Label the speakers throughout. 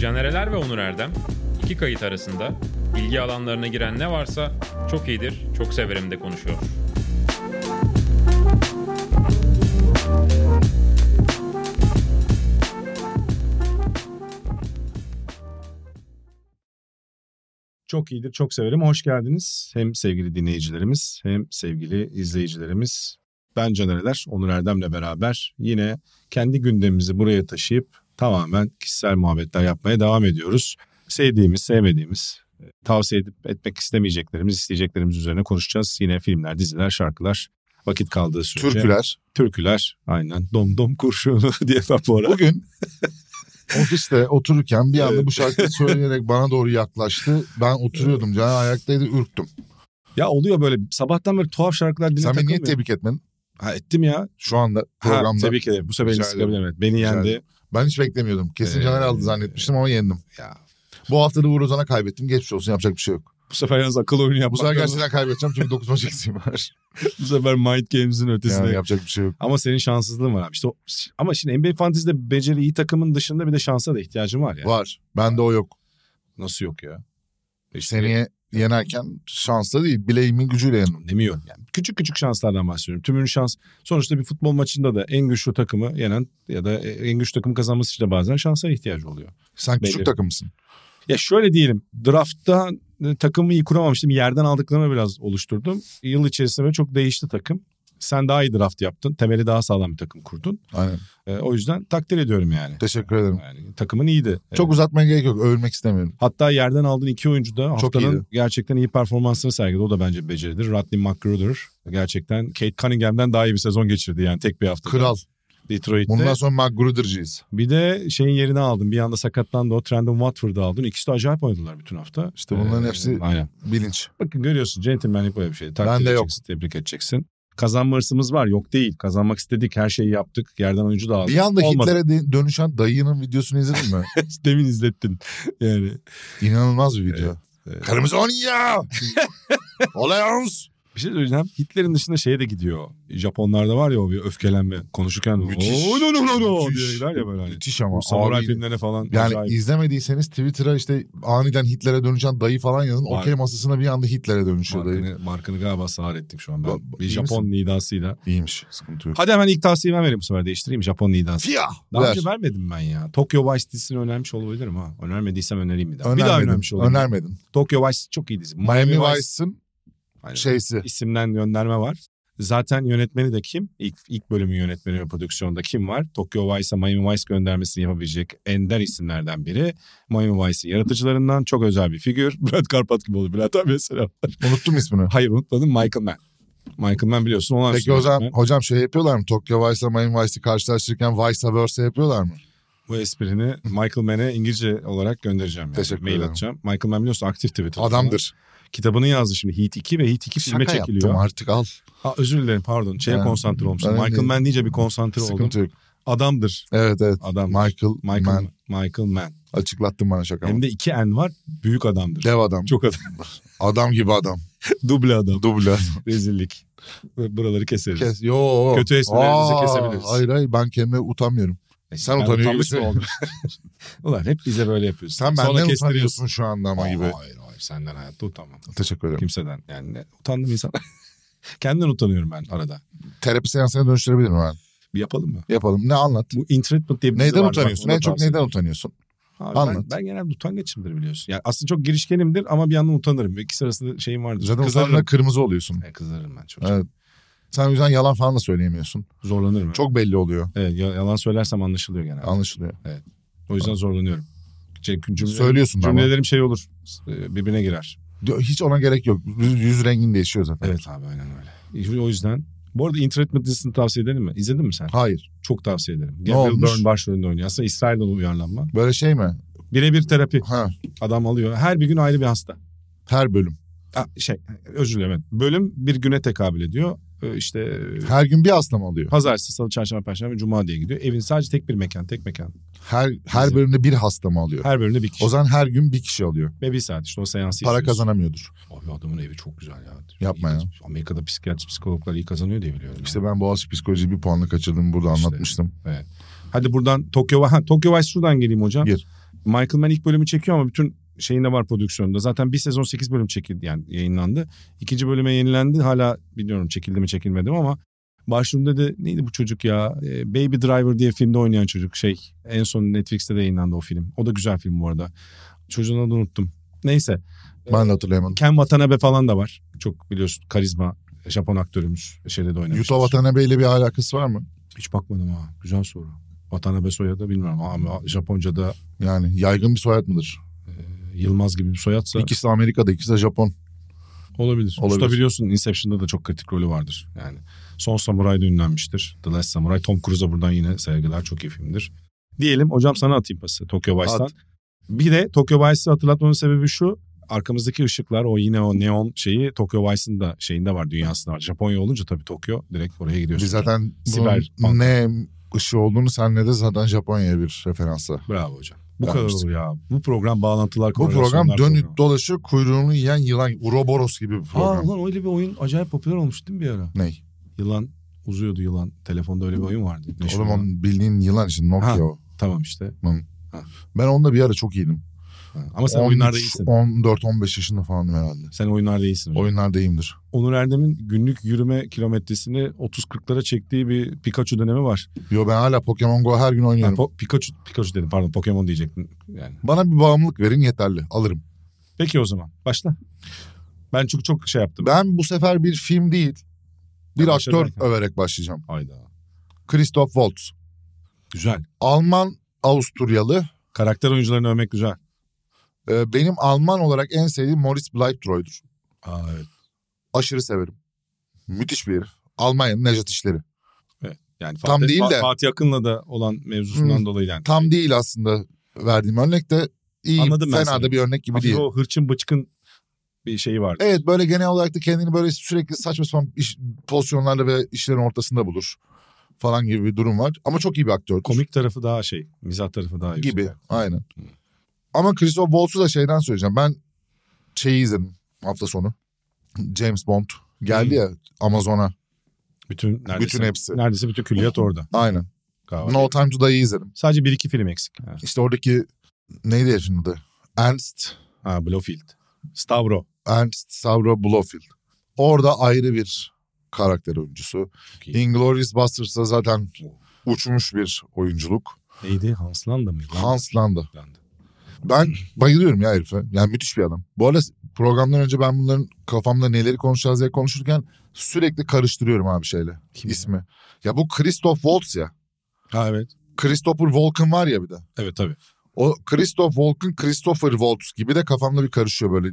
Speaker 1: Caner Eler ve Onur Erdem iki kayıt arasında ilgi alanlarına giren ne varsa çok iyidir, çok severim de konuşuyor.
Speaker 2: Çok iyidir, çok severim. Hoş geldiniz. Hem sevgili dinleyicilerimiz hem sevgili izleyicilerimiz. Ben Canereler, Onur Erdem'le beraber yine kendi gündemimizi buraya taşıyıp tamamen kişisel muhabbetler yapmaya devam ediyoruz. Sevdiğimiz, sevmediğimiz, e, tavsiye edip etmek istemeyeceklerimiz, isteyeceklerimiz üzerine konuşacağız. Yine filmler, diziler, şarkılar, vakit kaldığı sürece.
Speaker 3: Türküler.
Speaker 2: Türküler, aynen. Dom dom kurşunu diye vapora.
Speaker 3: Bugün ofiste otururken bir anda bu şarkıyı söyleyerek bana doğru yaklaştı. Ben oturuyordum. Caner ayaktaydı ürktüm.
Speaker 2: Ya oluyor böyle sabahtan beri tuhaf şarkılar dinle
Speaker 3: Sen beni niye
Speaker 2: takılmıyor.
Speaker 3: tebrik etmedin?
Speaker 2: Ha ettim ya.
Speaker 3: Şu anda
Speaker 2: Ha,
Speaker 3: programda.
Speaker 2: tebrik ederim. Bu sefer
Speaker 3: Rica
Speaker 2: beni sıkabilirim. Evet, Beni
Speaker 3: Rica
Speaker 2: yendi.
Speaker 3: ederim. ben hiç beklemiyordum. Kesin
Speaker 2: Ee,
Speaker 3: Caner aldı zannetmiştim ama yendim.
Speaker 2: Ya.
Speaker 3: Bu hafta da Uğur Ozan'a kaybettim. Geçmiş olsun yapacak bir şey yok.
Speaker 2: Bu sefer yalnız akıl oyunu yapmak
Speaker 3: Bu sefer
Speaker 2: lazım.
Speaker 3: gerçekten kaybedeceğim çünkü 9 maç eksiğim var.
Speaker 2: bu sefer Mind Games'in ötesine.
Speaker 3: Yani yapacak bir şey yok.
Speaker 2: ama senin şanssızlığın var abi. İşte o- ama şimdi NBA Fantasy'de beceri iyi takımın dışında bir de şansa da ihtiyacın var ya.
Speaker 3: Var. Bende o yok.
Speaker 2: Nasıl yok ya? E İşte
Speaker 3: Seneye yenerken şanslı değil. Bileğimin gücüyle yendim.
Speaker 2: demiyorum. Yani küçük küçük şanslardan bahsediyorum. Tümün şans. Sonuçta bir futbol maçında da en güçlü takımı yenen ya da en güçlü takım kazanması için de bazen şansa ihtiyacı oluyor.
Speaker 3: Sen küçük
Speaker 2: Belli.
Speaker 3: takımsın.
Speaker 2: Ya şöyle diyelim draftta e, takımı iyi kuramamıştım. Yerden aldıklarımı biraz oluşturdum. Yıl içerisinde böyle çok değişti takım. Sen daha iyi draft yaptın. Temeli daha sağlam bir takım kurdun.
Speaker 3: Aynen.
Speaker 2: E, o yüzden takdir ediyorum yani.
Speaker 3: Teşekkür ederim.
Speaker 2: Yani takımın iyiydi.
Speaker 3: Çok
Speaker 2: E,
Speaker 3: uzatmaya gerek yok. Övülmek istemiyorum.
Speaker 2: Hatta yerden aldığın iki oyuncu da haftanın
Speaker 3: iyiydi.
Speaker 2: gerçekten iyi performansını sergiledi. O da bence beceridir. Rodney McGruder gerçekten Kate Cunningham'den daha iyi bir sezon geçirdi yani tek bir hafta.
Speaker 3: Kral.
Speaker 2: Detroit'te.
Speaker 3: Bundan sonra McGruder'cıyız.
Speaker 2: Bir de şeyin yerini aldın. Bir anda sakatlandı o Trendon Watford'u aldın. İkisi de acayip oynadılar bütün hafta. e,
Speaker 3: İşte bunların hepsi-
Speaker 2: Aynen.
Speaker 3: Bilinç.
Speaker 2: Bakın görüyorsun centilmenlik böyle bir şey. Takdir
Speaker 3: Bende yok.
Speaker 2: edeceksin, tebrik edeceksin. Kazanma hırsımız var. Yok değil. Kazanmak istedik. Her şeyi yaptık. Yerden oyuncu da aldık.
Speaker 3: Bir anda
Speaker 2: Olmadı.
Speaker 3: Hitler'e de- dönüşen dayının videosunu izledin mi?
Speaker 2: Demin izlettin. Yani.
Speaker 3: İnanılmaz bir video.
Speaker 2: evet.
Speaker 3: Karımız on ya! Olayons!
Speaker 2: Bir şey söyleyeceğim. Hitler'in dışında şeye de gidiyor. Japonlarda var ya o bir öfkelenme. Konuşurken.
Speaker 3: Müthiş.
Speaker 2: "Oo, no, no, no, no"
Speaker 3: Müthiş.
Speaker 2: diyorlar ya böyle hani.
Speaker 3: Müthiş ama.
Speaker 2: Bu Samuray
Speaker 3: abi.
Speaker 2: filmlerine falan.
Speaker 3: Yani
Speaker 2: acayip.
Speaker 3: izlemediyseniz Twitter'a işte aniden Hitler'e dönüşen dayı falan yazın.
Speaker 2: Var.
Speaker 3: Okey masasına bir anda Hitler'e dönüşüyor dayı.
Speaker 2: markını, markını galiba sahar ettim şu an ben.
Speaker 3: Ba-
Speaker 2: bir
Speaker 3: iyi
Speaker 2: Japon nidasıyla.
Speaker 3: İyiymiş. Sıkıntı yok.
Speaker 2: Hadi hemen ilk tavsiyeyi ben vereyim bu sefer değiştireyim. Japon nidası.
Speaker 3: Fiyah!
Speaker 2: Daha
Speaker 3: Ver.
Speaker 2: önce vermedim ben ya. Tokyo Vice dizisini önermiş olabilirim ha. Önermediysem önereyim bir daha. Bir daha önermiş
Speaker 3: Önermedin.
Speaker 2: olabilirim.
Speaker 3: Önermedin.
Speaker 2: Tokyo Vice çok iyi dizi.
Speaker 3: Miami Vice'ın
Speaker 2: Aynen.
Speaker 3: şeysi.
Speaker 2: isimden gönderme var. Zaten yönetmeni de kim? İlk, ilk bölümün yönetmeni ve prodüksiyonda kim var? Tokyo Vice'a Miami Vice göndermesini yapabilecek ender isimlerden biri. Miami Vice'in yaratıcılarından çok özel bir figür. Brad Karpat gibi olur. Brad abi selam.
Speaker 3: Unuttum ismini.
Speaker 2: Hayır unutmadım Michael Mann. Michael Mann biliyorsun. Olan
Speaker 3: Peki hocam, hocam şey yapıyorlar mı? Tokyo Vice'la Miami Vice'i karşılaştırırken Vice'a Verse'e yapıyorlar mı?
Speaker 2: Bu esprini Michael Mann'e İngilizce olarak göndereceğim. Yani.
Speaker 3: Teşekkür
Speaker 2: Mail
Speaker 3: ederim.
Speaker 2: atacağım. Michael Mann biliyorsun aktif Twitter'da.
Speaker 3: Adamdır.
Speaker 2: Kitabını yazdı şimdi Heat 2 ve Heat 2 filme
Speaker 3: Şaka
Speaker 2: çekiliyor.
Speaker 3: yaptım artık al.
Speaker 2: Ha, özür dilerim pardon. Şeye
Speaker 3: Ben-
Speaker 2: konsantre olmuşum.
Speaker 3: ben
Speaker 2: Michael
Speaker 3: de-
Speaker 2: Mann deyince bir konsantre oldum.
Speaker 3: Sıkıntı yok.
Speaker 2: Adamdır.
Speaker 3: Evet evet.
Speaker 2: Adam.
Speaker 3: Michael,
Speaker 2: Michael
Speaker 3: Mann.
Speaker 2: Mann. Michael Mann.
Speaker 3: Açıklattın bana şakamı.
Speaker 2: Hem de iki N var. Büyük adamdır.
Speaker 3: Dev adam.
Speaker 2: Çok adam.
Speaker 3: Adam gibi adam.
Speaker 2: Duble adam.
Speaker 3: Duble.
Speaker 2: Rezillik. Ve Buraları keseriz.
Speaker 3: Kes. Yo.
Speaker 2: Kötü esprilerinizi
Speaker 3: Aa,
Speaker 2: kesebiliriz.
Speaker 3: Hayır hayır ben kendime utanmıyorum.
Speaker 2: E,
Speaker 3: sen
Speaker 2: ben
Speaker 3: utanıyor
Speaker 2: utanmış mı
Speaker 3: gibisin.
Speaker 2: oldum? Ulan hep bize böyle yapıyorsun.
Speaker 3: Sen
Speaker 2: Sonra
Speaker 3: benden
Speaker 2: kestiriyorsun.
Speaker 3: utanıyorsun şu anda ama
Speaker 2: Aa,
Speaker 3: gibi.
Speaker 2: Hayır hayır senden hayatta utanmam.
Speaker 3: Teşekkür ederim.
Speaker 2: Kimseden yani ne- utandım insan. Kendimden utanıyorum ben arada.
Speaker 3: Terapi seansına dönüştürebilirim ben.
Speaker 2: Bir yapalım mı?
Speaker 3: Yapalım. Ne anlat?
Speaker 2: Bu intretment diye bir dizi
Speaker 3: Neyden
Speaker 2: var. Bak,
Speaker 3: utanıyorsun?
Speaker 2: onu
Speaker 3: En çok
Speaker 2: tavsiye
Speaker 3: neyden utanıyorsun?
Speaker 2: Abi
Speaker 3: Anlat.
Speaker 2: Ben, ben genelde utangaçımdır biliyorsun. Yani aslında çok girişkenimdir ama bir yandan utanırım. İkisi arasında şeyim vardır.
Speaker 3: Zaten
Speaker 2: kızarım.
Speaker 3: utandığında kırmızı oluyorsun.
Speaker 2: E, kızarım ben çok.
Speaker 3: Evet. Sen o yüzden yalan falan da söyleyemiyorsun.
Speaker 2: Zorlanırım.
Speaker 3: Çok belli oluyor.
Speaker 2: Evet, ya- yalan söylersem anlaşılıyor genelde.
Speaker 3: Anlaşılıyor.
Speaker 2: O yüzden zorlanıyorum. Çünkü cümle,
Speaker 3: Söylüyorsun da ama.
Speaker 2: cümlelerim şey olur. e, Birbirine girer.
Speaker 3: Diyor, Hiç ona gerek yok. Yüz, yüz rengin değişiyor zaten.
Speaker 2: Evet abi aynen öyle. O yüzden bu arada Intretment dizisini tavsiye edelim mi? İzledin mi sen?
Speaker 3: Hayır.
Speaker 2: Çok tavsiye ederim. Gabriel
Speaker 3: olmuş?
Speaker 2: Byrne başrolünde oynuyor. Aslında İsrail'den uyarlanma.
Speaker 3: Böyle şey mi?
Speaker 2: Birebir terapi.
Speaker 3: Ha.
Speaker 2: Adam alıyor. Her bir gün ayrı bir hasta.
Speaker 3: Her bölüm.
Speaker 2: Ha, şey özür dilerim. evet. Bölüm bir güne tekabül ediyor. Ee, İşte e,
Speaker 3: Her gün bir hasta mı alıyor?
Speaker 2: pazartesi, salı, çarşamba, perşembe, cuma diye gidiyor. Evin sadece tek bir mekan, tek mekan.
Speaker 3: Her her
Speaker 2: Bizim-
Speaker 3: bölümde bir hasta mı alıyor?
Speaker 2: Her bölümde bir kişi.
Speaker 3: O zaman her gün bir kişi alıyor.
Speaker 2: Ve bir saat işte o seansı
Speaker 3: Para
Speaker 2: izliyorsun.
Speaker 3: kazanamıyordur.
Speaker 2: Abi adamın evi çok güzel ya.
Speaker 3: Yapma
Speaker 2: İyi
Speaker 3: ya.
Speaker 2: kaz- Amerika'da psikiyatri psikologlar iyi kazanıyor diye biliyorum.
Speaker 3: İşte ben Boğaziçi Psikoloji'yi bir puanla kaçırdım. Burada
Speaker 2: İşte.
Speaker 3: anlatmıştım.
Speaker 2: Hadi buradan Tokyo Vice. Tokyo Vice şuradan geleyim hocam.
Speaker 3: Gir.
Speaker 2: Michael Mann ilk bölümü çekiyor ama bütün şeyinde var prodüksiyonda. Zaten bir sezon 8 bölüm çekildi yani yayınlandı. İkinci bölüme yenilendi. Hala bilmiyorum çekildi mi çekilmedi mi ama başrolünde de neydi bu çocuk ya? Ee, Baby Driver diye filmde oynayan çocuk şey. En son Netflix'te de yayınlandı o film. O da güzel film bu arada. Çocuğun adını unuttum. Neyse.
Speaker 3: Ben de hatırlayamadım.
Speaker 2: Ken Watanabe falan da var. Çok biliyorsun karizma Japon aktörümüz şeyde de oynamış.
Speaker 3: Yuta Watanabe ile bir alakası var mı?
Speaker 2: Hiç bakmadım ha. Güzel soru. Watanabe soyadı bilmiyorum ama Japonca'da
Speaker 3: Yani yaygın bir soyad mıdır?
Speaker 2: Yılmaz gibi bir soyadsa
Speaker 3: İkisi Amerika'da, ikisi de Japon.
Speaker 2: olabilir.
Speaker 3: Olabilir.
Speaker 2: Usta biliyorsun Inception'da da çok kritik rolü vardır. Yani Son Samuray'da ünlenmiştir. The Last Samurai. Tom Cruise'a buradan yine sevgiler. Çok iyi filmdir. Diyelim hocam sana atayım pası Tokyo Vice'dan.
Speaker 3: At.
Speaker 2: Bir de Tokyo Vice'ı hatırlatmamın sebebi şu. Arkamızdaki ışıklar o yine o neon şeyi Tokyo Vice'ın da şeyinde var dünyasında var. Japonya olunca tabii Tokyo direkt oraya gidiyorsun.
Speaker 3: Biz zaten
Speaker 2: Siber
Speaker 3: bunun
Speaker 2: punk.
Speaker 3: ne ışığı olduğunu senle de zaten Japonya'ya bir referansa.
Speaker 2: Bravo hocam. Bu
Speaker 3: Ben
Speaker 2: kadar
Speaker 3: işte-
Speaker 2: olur ya. Bu program bağlantılar
Speaker 3: Bu program
Speaker 2: korelasyonlar
Speaker 3: dönüp
Speaker 2: programı.
Speaker 3: dolaşıyor kuyruğunu yiyen yılan. Uroboros gibi bir
Speaker 2: Aa
Speaker 3: program.
Speaker 2: ulan öyle bir oyun acayip popüler olmuş değil mi bir ara?
Speaker 3: Ney?
Speaker 2: Yılan uzuyordu yılan. Telefonda öyle bir oyun vardı. Meşhur
Speaker 3: Oğlum
Speaker 2: olan.
Speaker 3: onun bildiğin yılan için Nokia
Speaker 2: Ha.
Speaker 3: o.
Speaker 2: Tamam işte.
Speaker 3: Ben onunla bir ara çok iyiydim.
Speaker 2: Ha. Ama sen oyunlarda iyisin.
Speaker 3: 14-15 yaşında falan herhalde.
Speaker 2: Sen oyunlarda iyisin. hocam.
Speaker 3: Oyunlarda iyiyimdir.
Speaker 2: Onur Erdem'in günlük yürüme kilometresini 30-40'lara çektiği bir Pikachu dönemi var.
Speaker 3: Yo ben hala Pokemon Go her gün
Speaker 2: Ha,
Speaker 3: oynuyorum.
Speaker 2: po- Pikachu, Pikachu dedim pardon Pokemon diyecektim. Yani.
Speaker 3: Bana bir bağımlılık verin yeterli. Alırım.
Speaker 2: Peki o zaman başla. Ben çok çok şey yaptım.
Speaker 3: Ben bu sefer bir film değil, bir
Speaker 2: Ya
Speaker 3: aktör
Speaker 2: başlarken.
Speaker 3: överek başlayacağım.
Speaker 2: Hayda.
Speaker 3: Christoph Waltz.
Speaker 2: Güzel.
Speaker 3: Alman Avusturyalı.
Speaker 2: Karakter oyuncularını övmek güzel.
Speaker 3: Ee, Benim Alman olarak en sevdiğim Moritz Bleibtreu'dur.
Speaker 2: Aa, evet.
Speaker 3: Aşırı severim. Müthiş bir herif. Almanya'nın Nejat işleri.
Speaker 2: Yani
Speaker 3: Tam
Speaker 2: Fatih,
Speaker 3: değil de-
Speaker 2: Fa- Fatih Akın'la da olan mevzusundan
Speaker 3: Hı.
Speaker 2: dolayı yani.
Speaker 3: Tam değil aslında verdiğim örnek de iyi
Speaker 2: Anladım ben
Speaker 3: fena
Speaker 2: seni.
Speaker 3: da bir örnek gibi
Speaker 2: Hafif
Speaker 3: değil.
Speaker 2: o hırçın bıçkın bir şeyi vardı.
Speaker 3: Evet böyle genel olarak da kendini böyle sürekli saçma sapan iş, pozisyonlarda ve işlerin ortasında bulur falan gibi bir durum var. Ama çok iyi bir aktör.
Speaker 2: Komik tarafı daha şey, mizah tarafı daha yüksek.
Speaker 3: gibi. Aynen. Ama Christoph Waltz'u da şeyden söyleyeceğim. Ben şeyi izledim hafta sonu. James Bond geldi
Speaker 2: Hmm.
Speaker 3: ya Amazon'a.
Speaker 2: Bütün neredeyse,
Speaker 3: Bütün hepsi.
Speaker 2: Neredeyse bütün külliyat orada.
Speaker 3: Aynen.
Speaker 2: Galiba.
Speaker 3: No Time to Die'yi izledim.
Speaker 2: Sadece bir iki film eksik. Ha,
Speaker 3: İşte oradaki neydi herifin adı? Ernst,
Speaker 2: ha Blofeld. Stavro.
Speaker 3: Ernst Savro Blofeld. Orada ayrı bir karakter oyuncusu.
Speaker 2: Çok iyi. Oh.
Speaker 3: Inglourious Basterds'da zaten uçmuş bir oyunculuk.
Speaker 2: Neydi? Hans Landa mıydı?
Speaker 3: Hans Landa.
Speaker 2: Landa.
Speaker 3: Ben bayılıyorum ya herife. Yani müthiş bir adam. Bu arada programdan önce ben bunların kafamda neleri konuşacağız diye konuşurken sürekli karıştırıyorum abi şeyle
Speaker 2: Kim ya?
Speaker 3: ismi. Ya? bu Christoph Waltz ya.
Speaker 2: Ha evet.
Speaker 3: Christopher Walken var ya bir de.
Speaker 2: Evet tabii.
Speaker 3: O Christoph Walken, Christopher Waltz gibi de kafamda bir karışıyor böyle.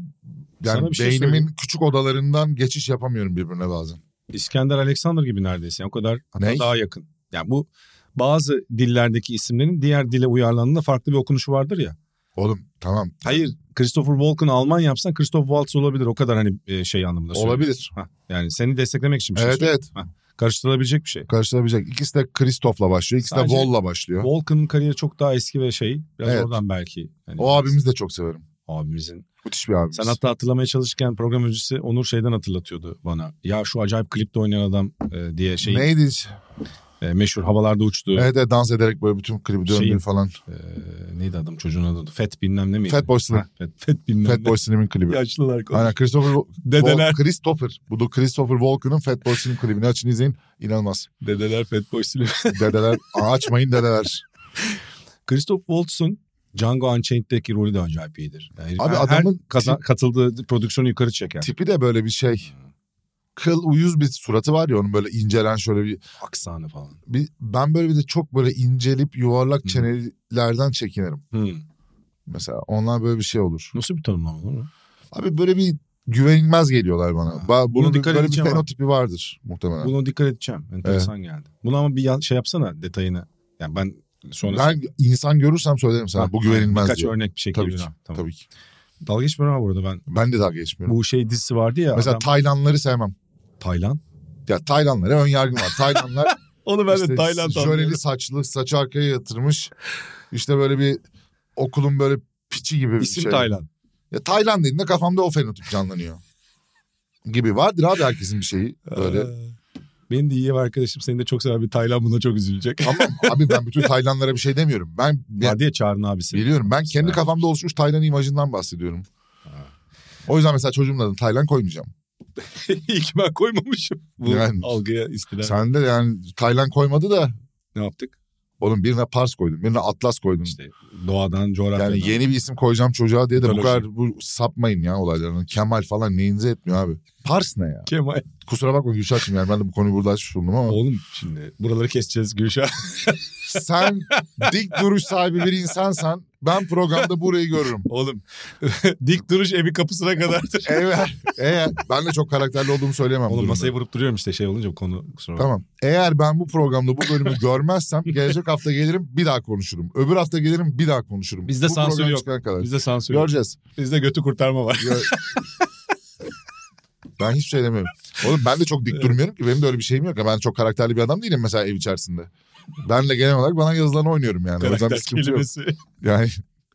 Speaker 2: Sana
Speaker 3: Yani
Speaker 2: bir şey
Speaker 3: beynimin
Speaker 2: söyleyeyim.
Speaker 3: küçük odalarından geçiş yapamıyorum birbirine bazen.
Speaker 2: İskender Alexander gibi neredeyse. O kadar hatta
Speaker 3: Ney?
Speaker 2: daha yakın. Yani bu bazı dillerdeki isimlerin diğer dile uyarlandığında farklı bir okunuşu vardır ya.
Speaker 3: Oğlum tamam.
Speaker 2: Hayır. Christopher Walken Alman yapsan Christoph Waltz olabilir. O kadar hani e, şey anlamında söylüyorum.
Speaker 3: Olabilir.
Speaker 2: Ha, yani seni desteklemek için bir şey
Speaker 3: Evet
Speaker 2: söylüyorum.
Speaker 3: evet.
Speaker 2: Karıştırılabilecek bir şey.
Speaker 3: Karıştırabilecek. İkisi de Christoph'la başlıyor. İkisi
Speaker 2: Sadece-
Speaker 3: de Wall'la başlıyor.
Speaker 2: Walken'ın kariyeri çok daha eski ve şey. Biraz
Speaker 3: Evet.
Speaker 2: oradan belki. hani
Speaker 3: O abimizi de çok severim.
Speaker 2: Abimizin.
Speaker 3: Müthiş bir abimiz.
Speaker 2: Sen hatta hatırlamaya çalışırken program öncesi Onur şeyden hatırlatıyordu bana. Ya şu acayip klipte oynayan adam e, diye şey
Speaker 3: Neydi?
Speaker 2: e, meşhur havalarda uçtu.
Speaker 3: Evet evet dans ederek böyle bütün klibi döndüğü
Speaker 2: Şeyin-
Speaker 3: falan.
Speaker 2: Ee, neydi adam çocuğun adı? Fat bilmem ne miydi?
Speaker 3: Fatboy Slim.
Speaker 2: Ha, Fat, Fat bilmem ne.
Speaker 3: Fatboy Slim'in klibi.
Speaker 2: Yaşlılar konuş.
Speaker 3: Aynen Christopher,
Speaker 2: Dedeler.
Speaker 3: Wal- Christopher. Bu da Christopher Walken'ın Fatboy Slim klibini açın izleyin. İnanılmaz.
Speaker 2: Dedeler Fatboy Slim.
Speaker 3: Dedeler Aa, açmayın dedeler.
Speaker 2: Christoph Waltz'un Django Unchained'deki rolü de acayip iyidir. Yani herif
Speaker 3: Abi
Speaker 2: her-
Speaker 3: adamın
Speaker 2: her kaza- katıldığı prodüksiyonu yukarı çeker. Hmm,
Speaker 3: Tipi de böyle bir şey. Kıl uyuz bir suratı var ya onun böyle incelen şöyle bir,
Speaker 2: Aksanı falan.
Speaker 3: bir ben böyle bir de çok böyle incelip yuvarlak
Speaker 2: Hı.
Speaker 3: çenelerden çekinirim.
Speaker 2: Hmm.
Speaker 3: Mesela onlar böyle bir şey olur.
Speaker 2: Nasıl bir tanımlama olur mu?
Speaker 3: Abi böyle bir güvenilmez geliyorlar bana.
Speaker 2: Ha.
Speaker 3: Ba-
Speaker 2: Buna
Speaker 3: Bunun bir,
Speaker 2: dikkat
Speaker 3: böyle bir
Speaker 2: edeceğim abi.
Speaker 3: fenotipi vardır muhtemelen.
Speaker 2: Buna dikkat edeceğim. Enteresan geldi. Bunu ama bir yan- şey yapsana detayını. Yani ben sonra...
Speaker 3: ben insan görürsem söylerim sana
Speaker 2: Ha,
Speaker 3: bu güvenilmez
Speaker 2: Birkaç
Speaker 3: diye.
Speaker 2: örnek bir şey
Speaker 3: Tabii
Speaker 2: geliyor.
Speaker 3: ki,
Speaker 2: ha, Tamam.
Speaker 3: Tabii ki.
Speaker 2: Dalga geçmiyorum ama burada ben.
Speaker 3: Ben de dalga geçmiyorum.
Speaker 2: Bu şey dizisi vardı ya.
Speaker 3: Mesela
Speaker 2: adam-
Speaker 3: Taylanları sevmem.
Speaker 2: Tayland.
Speaker 3: Ya Taylanlara ön yargım var. Taylanlar
Speaker 2: Onu
Speaker 3: işte jöleli saçlı, saçı arkaya yatırmış. İşte böyle bir okulun böyle piçi gibi bir
Speaker 2: İsim
Speaker 3: şey.
Speaker 2: Tayland.
Speaker 3: Ya Taylan dediğinde kafamda o fenotip canlanıyor. gibi vardır abi herkesin bir şeyi böyle.
Speaker 2: Ee, Benim de iyi ev arkadaşım seni de çok sever bir Taylan buna çok üzülecek.
Speaker 3: Ama abi ben bütün Taylanlara bir şey demiyorum. Ben ben-
Speaker 2: Var diye Çağrı'nın abisi.
Speaker 3: biliyorum. Ben kendi
Speaker 2: Ha.
Speaker 3: kafamda oluşmuş Taylan imajından bahsediyorum. O yüzden mesela çocuğumun adını Taylan koymayacağım.
Speaker 2: iyi ki ben koymamışım. Bu
Speaker 3: Yani.
Speaker 2: algıya istilen.
Speaker 3: Sen de yani Taylan koymadı da
Speaker 2: Ne yaptık?
Speaker 3: oğlum birine Pars koydum, birine Atlas koydum.
Speaker 2: İşte doğadan, coğrafyadan.
Speaker 3: Hmm. yani yeni bir isim koyacağım çocuğa diye de bu
Speaker 2: Mitoloji.
Speaker 3: kadar bu sapmayın ya olaylarını. Kemal falan neyinize etmiyor abi. Pars ne ya?
Speaker 2: Kemal.
Speaker 3: Kusura bakma Gülşah'cığım yani ben de bu konuyu burada açmış bulundum ama.
Speaker 2: Oğlum şimdi buraları keseceğiz Gülşah.
Speaker 3: Sen dik duruş sahibi bir insansan ben programda burayı görürüm.
Speaker 2: Oğlum dik duruş evi kapısına kadardır.
Speaker 3: Eğer, eğer ben de çok karakterli olduğumu söyleyemem. bu
Speaker 2: Oğlum
Speaker 3: durumda.
Speaker 2: masayı vurup duruyorum işte şey olunca bu konu kusura bakma.
Speaker 3: Tamam. Eğer ben bu programda bu bölümü görmezsem gelecek hafta gelirim bir daha konuşurum. Öbür hafta gelirim bir daha konuşurum.
Speaker 2: Bizde
Speaker 3: bu
Speaker 2: sansür
Speaker 3: program
Speaker 2: yok.
Speaker 3: çıkana kadar.
Speaker 2: Bizde sansür yok.
Speaker 3: Göreceğiz.
Speaker 2: Bizde götü kurtarma var.
Speaker 3: Gör- ben hiçbir şey demiyorum. Oğlum ben de çok dik durmuyorum ki. Benim de öyle bir şeyim yok. ya. Ben çok karakterli bir adam değilim mesela ev içerisinde. Ben de genel olarak bana yazılan oynuyorum yani. O yüzden bir
Speaker 2: Karakter
Speaker 3: sıkıntı yok. E,
Speaker 2: kelimesi.
Speaker 3: Yani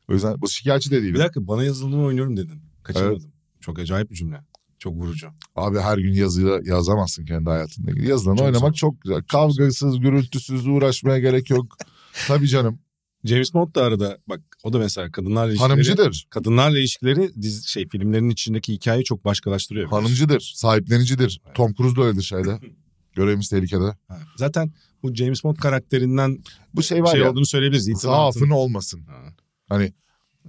Speaker 3: o yüzden bu şikayetçi de
Speaker 2: Bir
Speaker 3: değilim.
Speaker 2: dakika bana yazıldığını oynuyorum dedin. Kaçırmadım. Çok acayip bir cümle. Çok vurucu.
Speaker 3: Abi her gün yazıyla yazamazsın kendi hayatında. ilgili. Yazılan
Speaker 2: Çok
Speaker 3: oynamak
Speaker 2: zor.
Speaker 3: çok güzel. Kavgasız, gürültüsüz uğraşmaya gerek yok. Tabii canım.
Speaker 2: James Bond da arada bak o da mesela kadınlarla ilişkileri.
Speaker 3: Hanımcıdır.
Speaker 2: Kadınlarla ilişkileri dizi, şey filmlerin içindeki hikayeyi çok başkalaştırıyor.
Speaker 3: Hanımcıdır. Sahiplenicidir. Tom Cruise da öyledir şeyde. Görevimiz tehlikede.
Speaker 2: Ha, Zaten bu James Bond karakterinden
Speaker 3: Bu şey var ya.
Speaker 2: olduğunu söyleyebiliriz. Ethan Hunt'ın-
Speaker 3: Zaafın olmasın.
Speaker 2: Ha.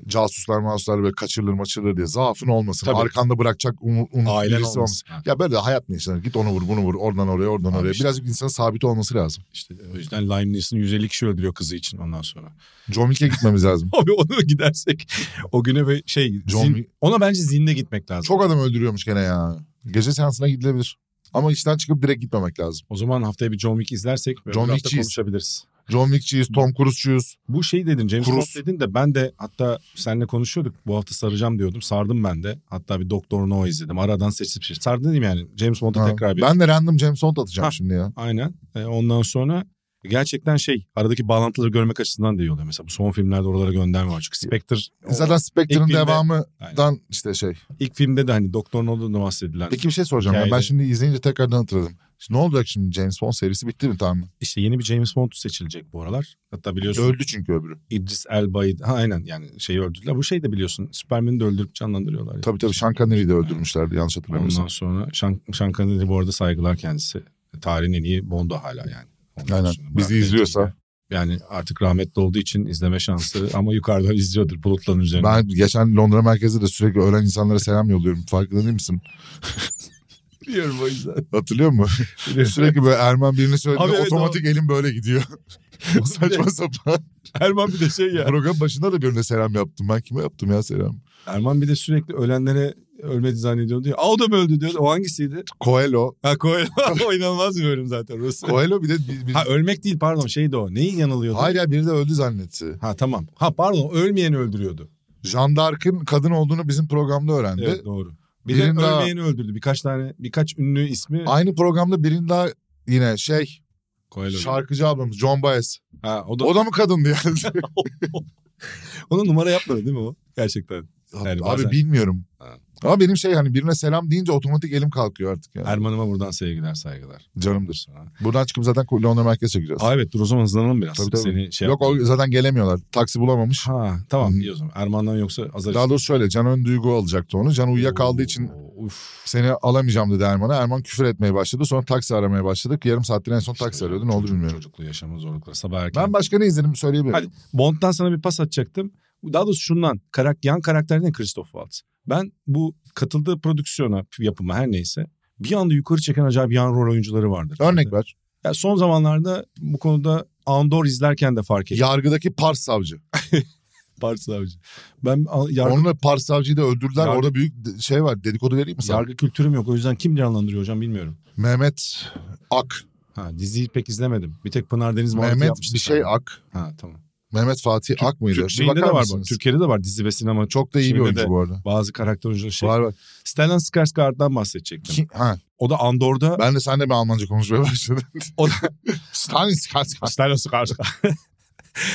Speaker 3: Casuslar masuslar böyle kaçırılır maçırılır diye. Zaafın olmasın.
Speaker 2: Tabii.
Speaker 3: Arkanda bırakacak umut, umut
Speaker 2: Ailen
Speaker 3: birisi olmasın.
Speaker 2: olmasın. Ha,
Speaker 3: Ya böyle de hayat mı yaşanır? Git onu vur bunu vur. Oradan oraya oradan
Speaker 2: Abi
Speaker 3: oraya.
Speaker 2: işte.
Speaker 3: Birazcık insanın sabit olması lazım.
Speaker 2: işte o yüzden Lime Neeson 150 kişi öldürüyor kızı için ondan sonra.
Speaker 3: John Wick'e gitmemiz lazım.
Speaker 2: Abi onu gidersek o güne ve şey
Speaker 3: John
Speaker 2: zin-
Speaker 3: Wick-
Speaker 2: ona bence zinde gitmek lazım.
Speaker 3: Çok adam öldürüyormuş gene ya. Gece seansına gidilebilir. Ama işten çıkıp direkt gitmemek lazım.
Speaker 2: O zaman haftaya bir John Wick izlersek böyle
Speaker 3: John
Speaker 2: bir hafta
Speaker 3: Wick'çiyiz.
Speaker 2: konuşabiliriz.
Speaker 3: John Wick'çiyiz, Tom Cruise'çuyuz.
Speaker 2: Bu şey dedin James
Speaker 3: Cruz.
Speaker 2: Bond dedin de ben de hatta seninle konuşuyorduk bu hafta saracağım diyordum. Sardım ben de. Hatta bir Doktor No izledim. Aradan seçip şey. Sardı dedim yani James Bond'a
Speaker 3: Ha.
Speaker 2: tekrar bir.
Speaker 3: Ben de random James Bond atacağım
Speaker 2: Ha.
Speaker 3: şimdi ya.
Speaker 2: Aynen. E, ondan sonra gerçekten şey aradaki bağlantıları görmek açısından da iyi oluyor. Mesela bu son filmlerde oralara gönderme var. Çünkü Spectre o-
Speaker 3: Zaten Spectre'ın
Speaker 2: İlk filmde-
Speaker 3: devamından
Speaker 2: Aynen.
Speaker 3: işte şey.
Speaker 2: ilk filmde de hani Doktor No'da da bahsedilen.
Speaker 3: Peki bir şey soracağım. ya. Ben
Speaker 2: Hikayede-
Speaker 3: şimdi izleyince tekrardan hatırladım. Şimdi ne olacak şimdi James Bond serisi bitti mi tamam mı?
Speaker 2: İşte yeni bir James Bond seçilecek bu aralar. Hatta biliyorsun
Speaker 3: Öldü çünkü öbürü.
Speaker 2: İdris Elba'yı ha, aynen yani şeyi öldürdüler. Bu şey de biliyorsun Superman'i de öldürüp canlandırıyorlar. ya.
Speaker 3: Tabii tabii Sean Connery'i de öldürmüşlerdi yanlış
Speaker 2: Ondan
Speaker 3: hatırlamıyorsam.
Speaker 2: sonra Sean, Sean Connery bu arada saygılar kendisi. Tarihin en iyi Bond'u hala yani. Ondan
Speaker 3: Aynen.
Speaker 2: sonra
Speaker 3: Bizi
Speaker 2: Brad
Speaker 3: izliyorsa.
Speaker 2: Pitt'i- Yani artık rahmetli olduğu için izleme şansı ama yukarıdan izliyordur bulutların üzerinde.
Speaker 3: Ben geçen Londra merkezde de sürekli ölen insanlara selam yolluyorum. Farkında değil misin?
Speaker 2: biliyorum o yüzden.
Speaker 3: Hatırlıyor musun? sürekli böyle Erman birini söyledi.
Speaker 2: Abi evet,
Speaker 3: otomatik elim böyle gidiyor. Saçma sapan.
Speaker 2: Erman bir de şey ya.
Speaker 3: Program başında da birine selam yaptım. Ben kime yaptım ya selam?
Speaker 2: Erman bir de sürekli ölenlere ölmedi zannediyordu ya. Aa o da mı öldü diyordu. O hangisiydi?
Speaker 3: Coelho.
Speaker 2: Ha Coelho. o inanılmaz bir bölüm zaten. Orası.
Speaker 3: Coelho bir de... Bir, bir-
Speaker 2: Ha ölmek değil pardon şeydi o. Neyin yanılıyordu?
Speaker 3: Hayır ya biri de öldü zannetti.
Speaker 2: Ha tamam. Ha pardon ölmeyeni öldürüyordu.
Speaker 3: Jean d'Arc'ın kadın olduğunu bizim programda öğrendi.
Speaker 2: Evet doğru. Bir
Speaker 3: Birinin
Speaker 2: de
Speaker 3: daha-
Speaker 2: ölmeyeni öldürdü. Birkaç tane birkaç ünlü ismi
Speaker 3: Aynı programda birinin daha yine şey
Speaker 2: Coelho.
Speaker 3: şarkıcı ablamız John Baez.
Speaker 2: Ha o da
Speaker 3: O da mı kadındı yani?
Speaker 2: Ona numara yapmadı değil mi o? Gerçekten.
Speaker 3: Abi
Speaker 2: Yani bazen-
Speaker 3: bilmiyorum.
Speaker 2: Ha.
Speaker 3: Ama benim şey hani birine selam deyince otomatik elim kalkıyor artık yani.
Speaker 2: Erman'ıma buradan sevgiler saygılar.
Speaker 3: Canımdır.
Speaker 2: Sana.
Speaker 3: Buradan çıkıp zaten Londra merkeze çekeceğiz.
Speaker 2: Aa, evet dur o zaman hızlanalım biraz.
Speaker 3: Tabii, tabii.
Speaker 2: Seni şey
Speaker 3: Yok o zaten gelemiyorlar. Taksi bulamamış.
Speaker 2: Ha tamam
Speaker 3: Hı.
Speaker 2: iyi o zaman. Erman'dan yoksa azar.
Speaker 3: Daha doğrusu şöyle Can Önduygu alacaktı onu. Can uyuyakaldığı için
Speaker 2: Uf.
Speaker 3: seni alamayacağım dedi Erman'a. Erman küfür etmeye başladı. Sonra taksi aramaya başladık. Yarım saattir en son taksi arıyordu. Ne olur
Speaker 2: Çocuk-
Speaker 3: bilmiyorum.
Speaker 2: Çocuklu yaşama zorlukları sabah erken.
Speaker 3: Ben başka ne izledim söyleyebilirim.
Speaker 2: Hadi. Bond'dan sana bir pas atacaktım. Daha doğrusu şundan karak, yan karakterden Christoph Waltz. Ben bu katıldığı prodüksiyona yapımı her neyse bir anda yukarı çeken acayip yan rol oyuncuları vardır.
Speaker 3: Örnek ver.
Speaker 2: Ya son zamanlarda bu konuda Andor izlerken de fark ettim.
Speaker 3: Yargıdaki Pars savcı.
Speaker 2: Pars Savcı. Ben a- yargı,
Speaker 3: Onunla Pars savcıyı da öldürdüler.
Speaker 2: Yargı-
Speaker 3: Orada büyük de- şey var. Dedikodu vereyim mi sana?
Speaker 2: yargı kültürüm yok. O yüzden kim canlandırıyor hocam bilmiyorum.
Speaker 3: Mehmet Ak.
Speaker 2: Ha diziyi pek izlemedim. Bir tek Pınar Deniz muhabbeti
Speaker 3: Mehmet
Speaker 2: yapmıştı
Speaker 3: bir şey
Speaker 2: sanırım.
Speaker 3: Ak.
Speaker 2: Ha tamam.
Speaker 3: Mehmet Fatih Ak mıydı?
Speaker 2: Türk
Speaker 3: Bir
Speaker 2: şeyinde
Speaker 3: bakar
Speaker 2: de var bu.
Speaker 3: mısınız?
Speaker 2: Türkiye'de de var dizi ve sinema. Çok
Speaker 3: Çok da iyi bir
Speaker 2: şeyinde
Speaker 3: oyuncu
Speaker 2: de-
Speaker 3: bu arada.
Speaker 2: bazı karakter oyuncuları şey.
Speaker 3: Var var.
Speaker 2: Stellan Skarsgård'dan bahsedecektim.
Speaker 3: Ki- ha,
Speaker 2: O da Andor'da.
Speaker 3: ben de seninle bir Almanca konuşmaya başladım.
Speaker 2: O da
Speaker 3: Stanis Kaskar.
Speaker 2: Stellan Skarsgård.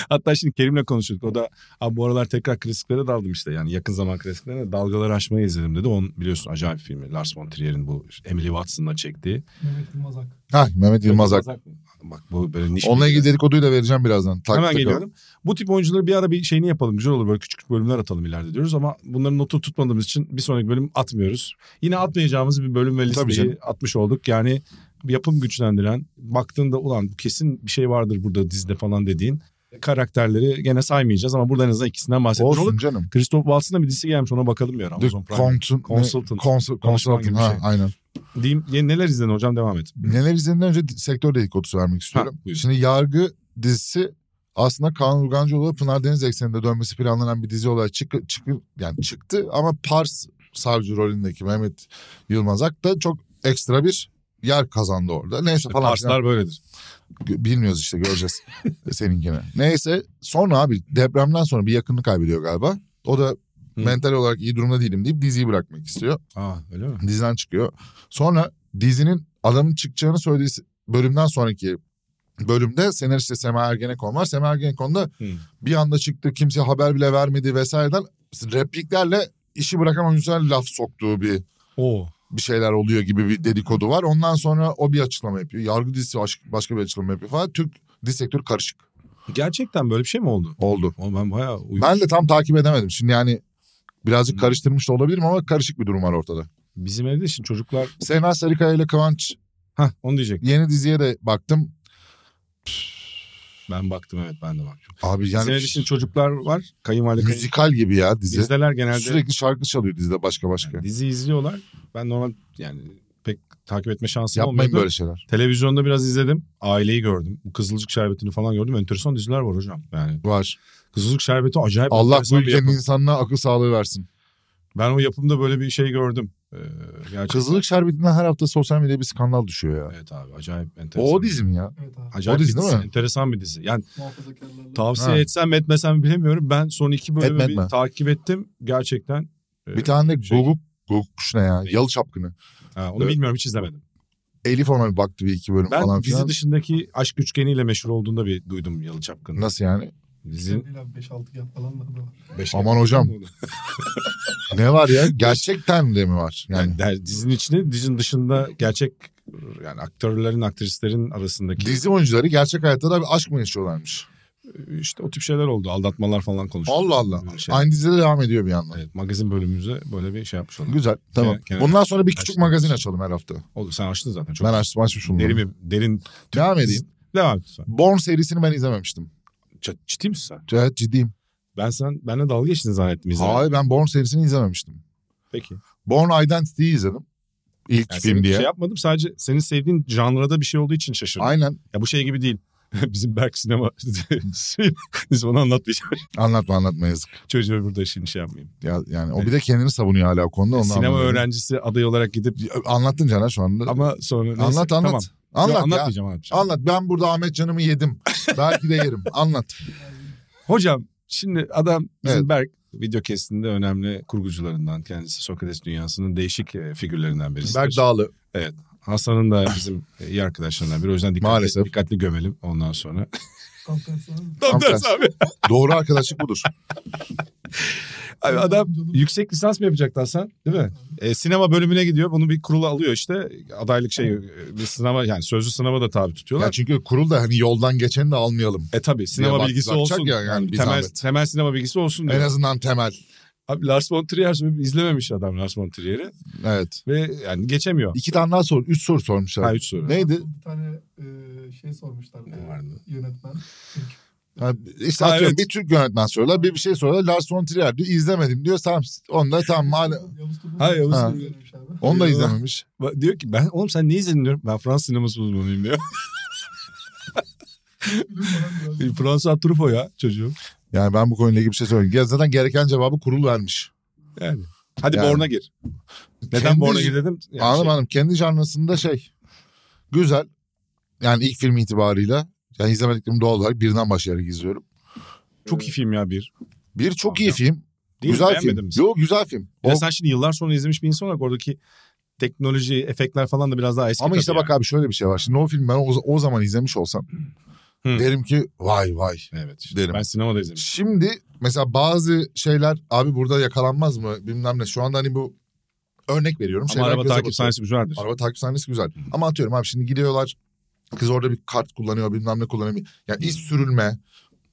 Speaker 2: Hatta şimdi Kerim'le konuşuyorduk. O da abi bu aralar tekrar klasiklere daldım işte. Yani yakın zaman klasiklerine dalgaları aşmayı izledim dedi. Onun biliyorsun acayip filmi. Lars von Trier'in bu Emily Watson'la çektiği.
Speaker 4: Mehmet Yılmazak.
Speaker 3: Ha Mehmet Yılmaz Ak.
Speaker 2: Bak bu böyle niş
Speaker 3: Onunla
Speaker 2: bir-
Speaker 3: ilgili dedikoduyu da vereceğim birazdan. Tak,
Speaker 2: Hemen
Speaker 3: tak-
Speaker 2: geliyorum. Bu tip oyuncuları bir ara bir şeyini yapalım. Güzel olur böyle küçük bölümler atalım ileride diyoruz ama bunların notu tutmadığımız için bir sonraki bölüm atmıyoruz. Yine atmayacağımız bir bölüm ve
Speaker 3: Tabii
Speaker 2: listeyi
Speaker 3: canım.
Speaker 2: atmış olduk. Yani yapım güçlendiren, baktığında ulan bu kesin bir şey vardır burada dizide falan dediğin karakterleri gene saymayacağız ama burada en azından ikisinden bahsetmiş
Speaker 3: Olsun
Speaker 2: olduk.
Speaker 3: canım.
Speaker 2: Christoph Waltz'ın da bir dizisi gelmiş ona bakalım bir ara.
Speaker 3: The
Speaker 2: Amazon Prime.
Speaker 3: Compton.
Speaker 2: Consultant.
Speaker 3: Consul- Consultant.
Speaker 2: gibi bir
Speaker 3: Ha,
Speaker 2: şey.
Speaker 3: aynen.
Speaker 2: Diyeyim yeni neler izledin hocam devam et.
Speaker 3: Neler izlediğinden önce di- sektör dedikodusu vermek istiyorum.
Speaker 2: Ha, buyur.
Speaker 3: Şimdi Yargı dizisi aslında Kaan Urgancıoğlu ve Pınar Deniz ekseninde dönmesi planlanan bir dizi olarak çık, çık, yani çıktı ama Pars savcı rolündeki Mehmet Yılmazak da çok ekstra bir yer kazandı orada. Neyse falan. filan.
Speaker 2: E, Parslar böyledir.
Speaker 3: Gö- Bilmiyoruz işte göreceğiz seninkini. Neyse sonra abi depremden sonra bir yakınını kaybediyor galiba. O da mental olarak iyi durumda değilim deyip diziyi bırakmak istiyor.
Speaker 2: Aa öyle mi?
Speaker 3: Diziden çıkıyor. Sonra dizinin adamın çıkacağını söylediği bölümden sonraki bölümde senariste Sema Ergenekon var. Sema Ergenekon da
Speaker 2: Hmm.
Speaker 3: bir anda çıktı kimse haber bile vermedi vesaireden repliklerle işi bırakan oyuncular laf soktuğu bir
Speaker 2: Oo.
Speaker 3: bir şeyler oluyor gibi bir dedikodu var. Ondan sonra o bir açıklama yapıyor. Yargı dizisi baş- başka bir açıklama yapıyor falan. Türk dizi sektörü karışık
Speaker 2: Gerçekten böyle bir şey mi oldu?
Speaker 3: oldu.
Speaker 2: Oğlum ben bayağı uyum-
Speaker 3: Ben de tam takip edemedim. Şimdi yani birazcık
Speaker 2: Hmm.
Speaker 3: karıştırmış da olabilirim ama karışık bir durum var ortada.
Speaker 2: Bizim evde şimdi çocuklar
Speaker 3: Sena Sarıkaya ile Kıvanç
Speaker 2: Hah onu diyecek.
Speaker 3: yeni diziye de baktım.
Speaker 2: Ben baktım evet ben de baktım.
Speaker 3: Abi
Speaker 2: Yani
Speaker 3: yani
Speaker 2: Senin için çocuklar var. Kayınvalide kayın...
Speaker 3: müzikal gibi ya dizi.
Speaker 2: İzlerler genelde.
Speaker 3: Sürekli şarkı çalıyor dizide başka başka.
Speaker 2: Yani dizi izliyorlar. Ben normal yani pek takip etme şansım
Speaker 3: Yapmayın
Speaker 2: olmadı.
Speaker 3: böyle şey. şeyler.
Speaker 2: Televizyonda biraz izledim. Aileyi gördüm. Bu Kızılcık Şerbeti'ni falan gördüm. Enteresan diziler var hocam. Yani
Speaker 3: Var.
Speaker 2: Kızılcık Şerbeti acayip
Speaker 3: Allah bu
Speaker 2: enteresan bir
Speaker 3: ülkenin
Speaker 2: yapım.
Speaker 3: insanına akıl sağlığı versin.
Speaker 2: Ben o yapımda böyle bir şey gördüm. Ee, gerçekten.
Speaker 3: Kızılık Şerbeti'nden her hafta sosyal medyada bir skandal düşüyor ya.
Speaker 2: Evet abi acayip enteresan.
Speaker 3: O, o dizi mi ya?
Speaker 4: Evet abi.
Speaker 2: Acayip
Speaker 3: o dizi
Speaker 2: bir dizi.
Speaker 3: değil mi?
Speaker 2: Enteresan bir dizi. Yani
Speaker 4: Muhafazakarlarla.
Speaker 2: tavsiye
Speaker 3: Ha.
Speaker 2: etsem mi etmesem mi bilemiyorum. Ben son iki bölümü
Speaker 3: Etme,
Speaker 2: bir
Speaker 3: etme.
Speaker 2: takip ettim. Gerçekten. e,
Speaker 3: Bir tane de
Speaker 2: şey-
Speaker 3: Guguk, Guguk kuş ne ya? Yalı çapkını.
Speaker 2: Ha, onu
Speaker 3: Evet.
Speaker 2: bilmiyorum hiç izlemedim.
Speaker 3: Elif ona bir baktı bir iki bölüm
Speaker 2: Ben
Speaker 3: falan
Speaker 2: dizi
Speaker 3: filan.
Speaker 2: dışındaki aşk üçgeniyle meşhur olduğunda bir duydum Yalı Çapkın'ı.
Speaker 3: Nasıl yani?
Speaker 2: Dizinin
Speaker 4: Değil abi 5-6 yap falan da var.
Speaker 2: beş
Speaker 3: Aman hocam. Ne var ya? Gerçekten de mi var? Yani
Speaker 2: Yani der- dizinin içinde dizinin dışında gerçek yani aktörlerin aktrislerin arasındaki
Speaker 3: dizi oyuncuları gerçek hayatta da bir aşk mı yaşıyorlarmış?
Speaker 2: işte o tip şeyler oldu. Aldatmalar falan konuştuk.
Speaker 3: Allah Allah.
Speaker 2: Böyle şey.
Speaker 3: Aynı dizide devam ediyor bir yandan.
Speaker 2: Evet, magazin bölümümüzde böyle bir şey yapmış olduk.
Speaker 3: Güzel. Tamam.
Speaker 2: Kenan- Kenan-
Speaker 3: Bundan sonra bir küçük
Speaker 2: Açtım.
Speaker 3: magazin açalım her hafta.
Speaker 2: Oldu sen açtın zaten çok.
Speaker 3: ben açtım açmış bulundum.
Speaker 2: derin bir- derin.
Speaker 3: Devam edeyim.
Speaker 2: Devam et lütfen.
Speaker 3: Born serisini ben izlememiştim.
Speaker 2: Ç- ciddi misin sen?
Speaker 3: Evet ciddiyim.
Speaker 2: Ben sen benle dalga geçtin zannettim izlemedim.
Speaker 3: Hayır ben Born serisini izlememiştim.
Speaker 2: Peki.
Speaker 3: Born Identity'yi izledim. İlk
Speaker 2: Yani
Speaker 3: film
Speaker 2: senin-
Speaker 3: diye.
Speaker 2: Şey yapmadım sadece senin sevdiğin janrada bir şey olduğu için şaşırdım.
Speaker 3: Aynen.
Speaker 2: Ya bu şey gibi değil. Bizim Berk sinema biz onu anlatmayacağım.
Speaker 3: Anlatma anlatma yazık.
Speaker 2: Çocuğa burada şimdi şey yapmayayım.
Speaker 3: Ya, yani o bir de kendini savunuyor hala o konuda. Onu
Speaker 2: sinema
Speaker 3: anlamıyorum.
Speaker 2: öğrencisi adayı olarak gidip
Speaker 3: Anlattın Caner şu anda.
Speaker 2: ama sonra neyse,
Speaker 3: anlat anlat.
Speaker 2: tamam.
Speaker 3: Anlat
Speaker 2: Yok,
Speaker 3: ya.
Speaker 2: anlatmayacağım şey. anlatmayacağım.
Speaker 3: Anlat. Ben burada Ahmet canımı yedim. Belki de yerim. Anlat.
Speaker 2: Hocam şimdi adam bizim
Speaker 3: Evet.
Speaker 2: Berk video kesitinde önemli kurgucularından kendisi Sokrates dünyasının değişik e, figürlerinden birisi.
Speaker 3: Berk Dağlı.
Speaker 2: Hasan'ın da bizim e, iyi arkadaşlarından biri. O yüzden dikkatli,
Speaker 3: Maalesef.
Speaker 2: dikkatli gömelim ondan sonra.
Speaker 4: Tam tersi abi.
Speaker 2: Tam tersi abi.
Speaker 3: Doğru arkadaşlık budur.
Speaker 2: Abi adam yüksek lisans mı yapacaktı Hasan değil mi? E, sinema bölümüne gidiyor bunu bir kurula alıyor işte adaylık şey e, bir sınava yani sözlü sınava da tabi tutuyorlar.
Speaker 3: Ya çünkü kurul da hani yoldan geçeni de almayalım.
Speaker 2: e tabi sinema
Speaker 3: bak-
Speaker 2: bilgisi
Speaker 3: bakacak
Speaker 2: olsun
Speaker 3: ya yani
Speaker 2: Yani
Speaker 3: bir
Speaker 2: temel,
Speaker 3: zahmet.
Speaker 2: temel sinema bilgisi olsun diyor.
Speaker 3: En azından temel.
Speaker 2: Abi Lars von Trier izlememiş adam Lars von Trier'i
Speaker 3: Evet.
Speaker 2: ve yani geçemiyor.
Speaker 3: İki tane daha soru. Üç soru sormuşlar.
Speaker 2: Ha üç soru.
Speaker 3: Neydi?
Speaker 4: Bir tane e, şey sormuşlardı.
Speaker 2: Ne vardı?
Speaker 4: Yönetmen.
Speaker 3: Ha, işte
Speaker 2: Ha,
Speaker 3: atıyorum
Speaker 2: evet.
Speaker 3: bir Türk yönetmen soruyorlar. Bir, bir şey soruyorlar. Lars von Trier diyor. izlemedim diyor. Tamam. Onunla tamam. Mali...
Speaker 4: Yavuz Turgul.
Speaker 2: Ha, Yavuz
Speaker 4: Ha.
Speaker 2: Turgul.
Speaker 4: izlemiş abi.
Speaker 3: Onu da izlememiş.
Speaker 2: Ba- Diyor ki ben oğlum sen ne izledin diyorum. Ben Fransız sineması uzmanıyım diyor.
Speaker 4: Film falan biraz-
Speaker 2: Fransa Truffaut ya çocuğum.
Speaker 3: Yani ben bu konuyla ilgili bir şey söyleyeyim. Ya Zaten gereken cevabı kurul vermiş.
Speaker 2: Yani. Hadi
Speaker 3: Yani.
Speaker 2: Born'a gir. Neden
Speaker 3: Kendi-
Speaker 2: Born'a gir dedim. Yani
Speaker 3: anladım
Speaker 2: şey-
Speaker 3: anladım. Hani Kendi janrasında şey. Güzel. Yani ilk film itibarıyla. Yani izlemediklerim doğal olarak birinden başlayarak izliyorum.
Speaker 2: Çok iyi film ya bir.
Speaker 3: Bir çok iyi
Speaker 2: Anladım.
Speaker 3: film.
Speaker 2: Değil mi?
Speaker 3: güzel
Speaker 2: Beğenmedin
Speaker 3: film.
Speaker 2: mi sen?
Speaker 3: Yok güzel film.
Speaker 2: Bir de
Speaker 3: O-
Speaker 2: sen şimdi yıllar sonra izlemiş bir insan olarak oradaki teknoloji, efektler falan da biraz daha eski.
Speaker 3: ama işte
Speaker 2: tabii
Speaker 3: bak abi şöyle bir şey var. Şimdi o filmi ben o, o zaman izlemiş olsam
Speaker 2: Hı.
Speaker 3: derim ki vay vay.
Speaker 2: Evet. işte
Speaker 3: Derim.
Speaker 2: Ben sinemada izlemiştim.
Speaker 3: Şimdi mesela bazı şeyler abi burada yakalanmaz mı bilmem ne. Şu anda hani bu örnek veriyorum.
Speaker 2: Ama
Speaker 3: şeyler
Speaker 2: araba
Speaker 3: göze
Speaker 2: takip
Speaker 3: batıyor.
Speaker 2: sahnesi güzeldir.
Speaker 3: Araba takip sahnesi güzel. Ama atıyorum abi şimdi gidiyorlar. Kız orada bir kart kullanıyor bilmem ne kullanıyor. Yani iç sürülme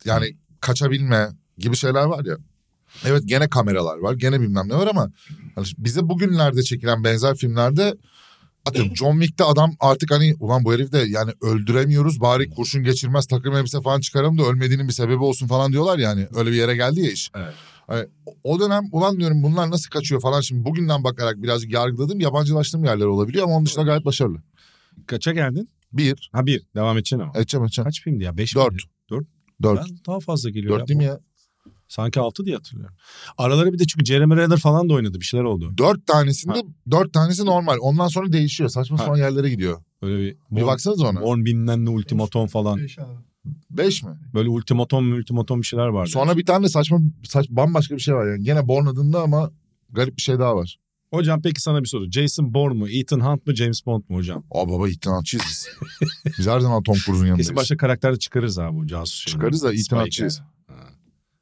Speaker 3: yani kaçabilme gibi şeyler var ya. Evet gene kameralar var gene bilmem ne var ama hani bize bugünlerde çekilen benzer filmlerde atıyorum John Wick'te adam artık hani ulan bu herif de yani öldüremiyoruz bari kurşun geçirmez takım elbise falan çıkaralım da ölmediğinin bir sebebi olsun falan diyorlar yani öyle bir yere geldi ya iş.
Speaker 2: Evet.
Speaker 3: Hani o dönem ulan diyorum bunlar nasıl kaçıyor falan şimdi bugünden bakarak birazcık yargıladım yabancılaştığım yerler olabiliyor ama onun dışında gayet başarılı.
Speaker 2: Kaça geldin?
Speaker 3: Bir,
Speaker 2: Ha bir. Devam edeceksin ama.
Speaker 3: edeceğim edeceğim.
Speaker 2: Kaç filmdi ya? Beş
Speaker 3: Dört.
Speaker 2: miydi? Dört.
Speaker 3: Dört.
Speaker 2: Ben daha fazla geliyor.
Speaker 3: Dört değil mi ya?
Speaker 2: Sanki altı diye hatırlıyorum. Araları bir de çünkü Jeremy Renner falan da oynadı. Bir şeyler oldu.
Speaker 3: Dört tanesinde dört tanesi normal. Ondan sonra değişiyor. Saçma
Speaker 2: Ha.
Speaker 3: sapan yerlere gidiyor.
Speaker 2: Böyle bir...
Speaker 3: Bir
Speaker 2: Born-
Speaker 3: baksanız ona.
Speaker 2: Born Binlen'le ultimatom falan.
Speaker 4: Beş şey abi.
Speaker 3: Beş mi?
Speaker 2: Böyle ultimatom ultimatom bir şeyler vardı.
Speaker 3: Sonra bir tane saçma saç, bambaşka bir şey var yani. Gene Born adında ama garip bir şey daha var.
Speaker 2: Hocam peki sana bir soru. Jason Bourne mu? Ethan Hunt mı? James Bond mu hocam?
Speaker 3: Aa baba itinatçıyız biz. biz her zaman Tom Cruise'un yanındayız.
Speaker 2: Kesin başka karakter de çıkarırız abi bu casus şeyini.
Speaker 3: Çıkarız da
Speaker 2: Spike
Speaker 3: itinatçıyız.
Speaker 2: yani. Ha.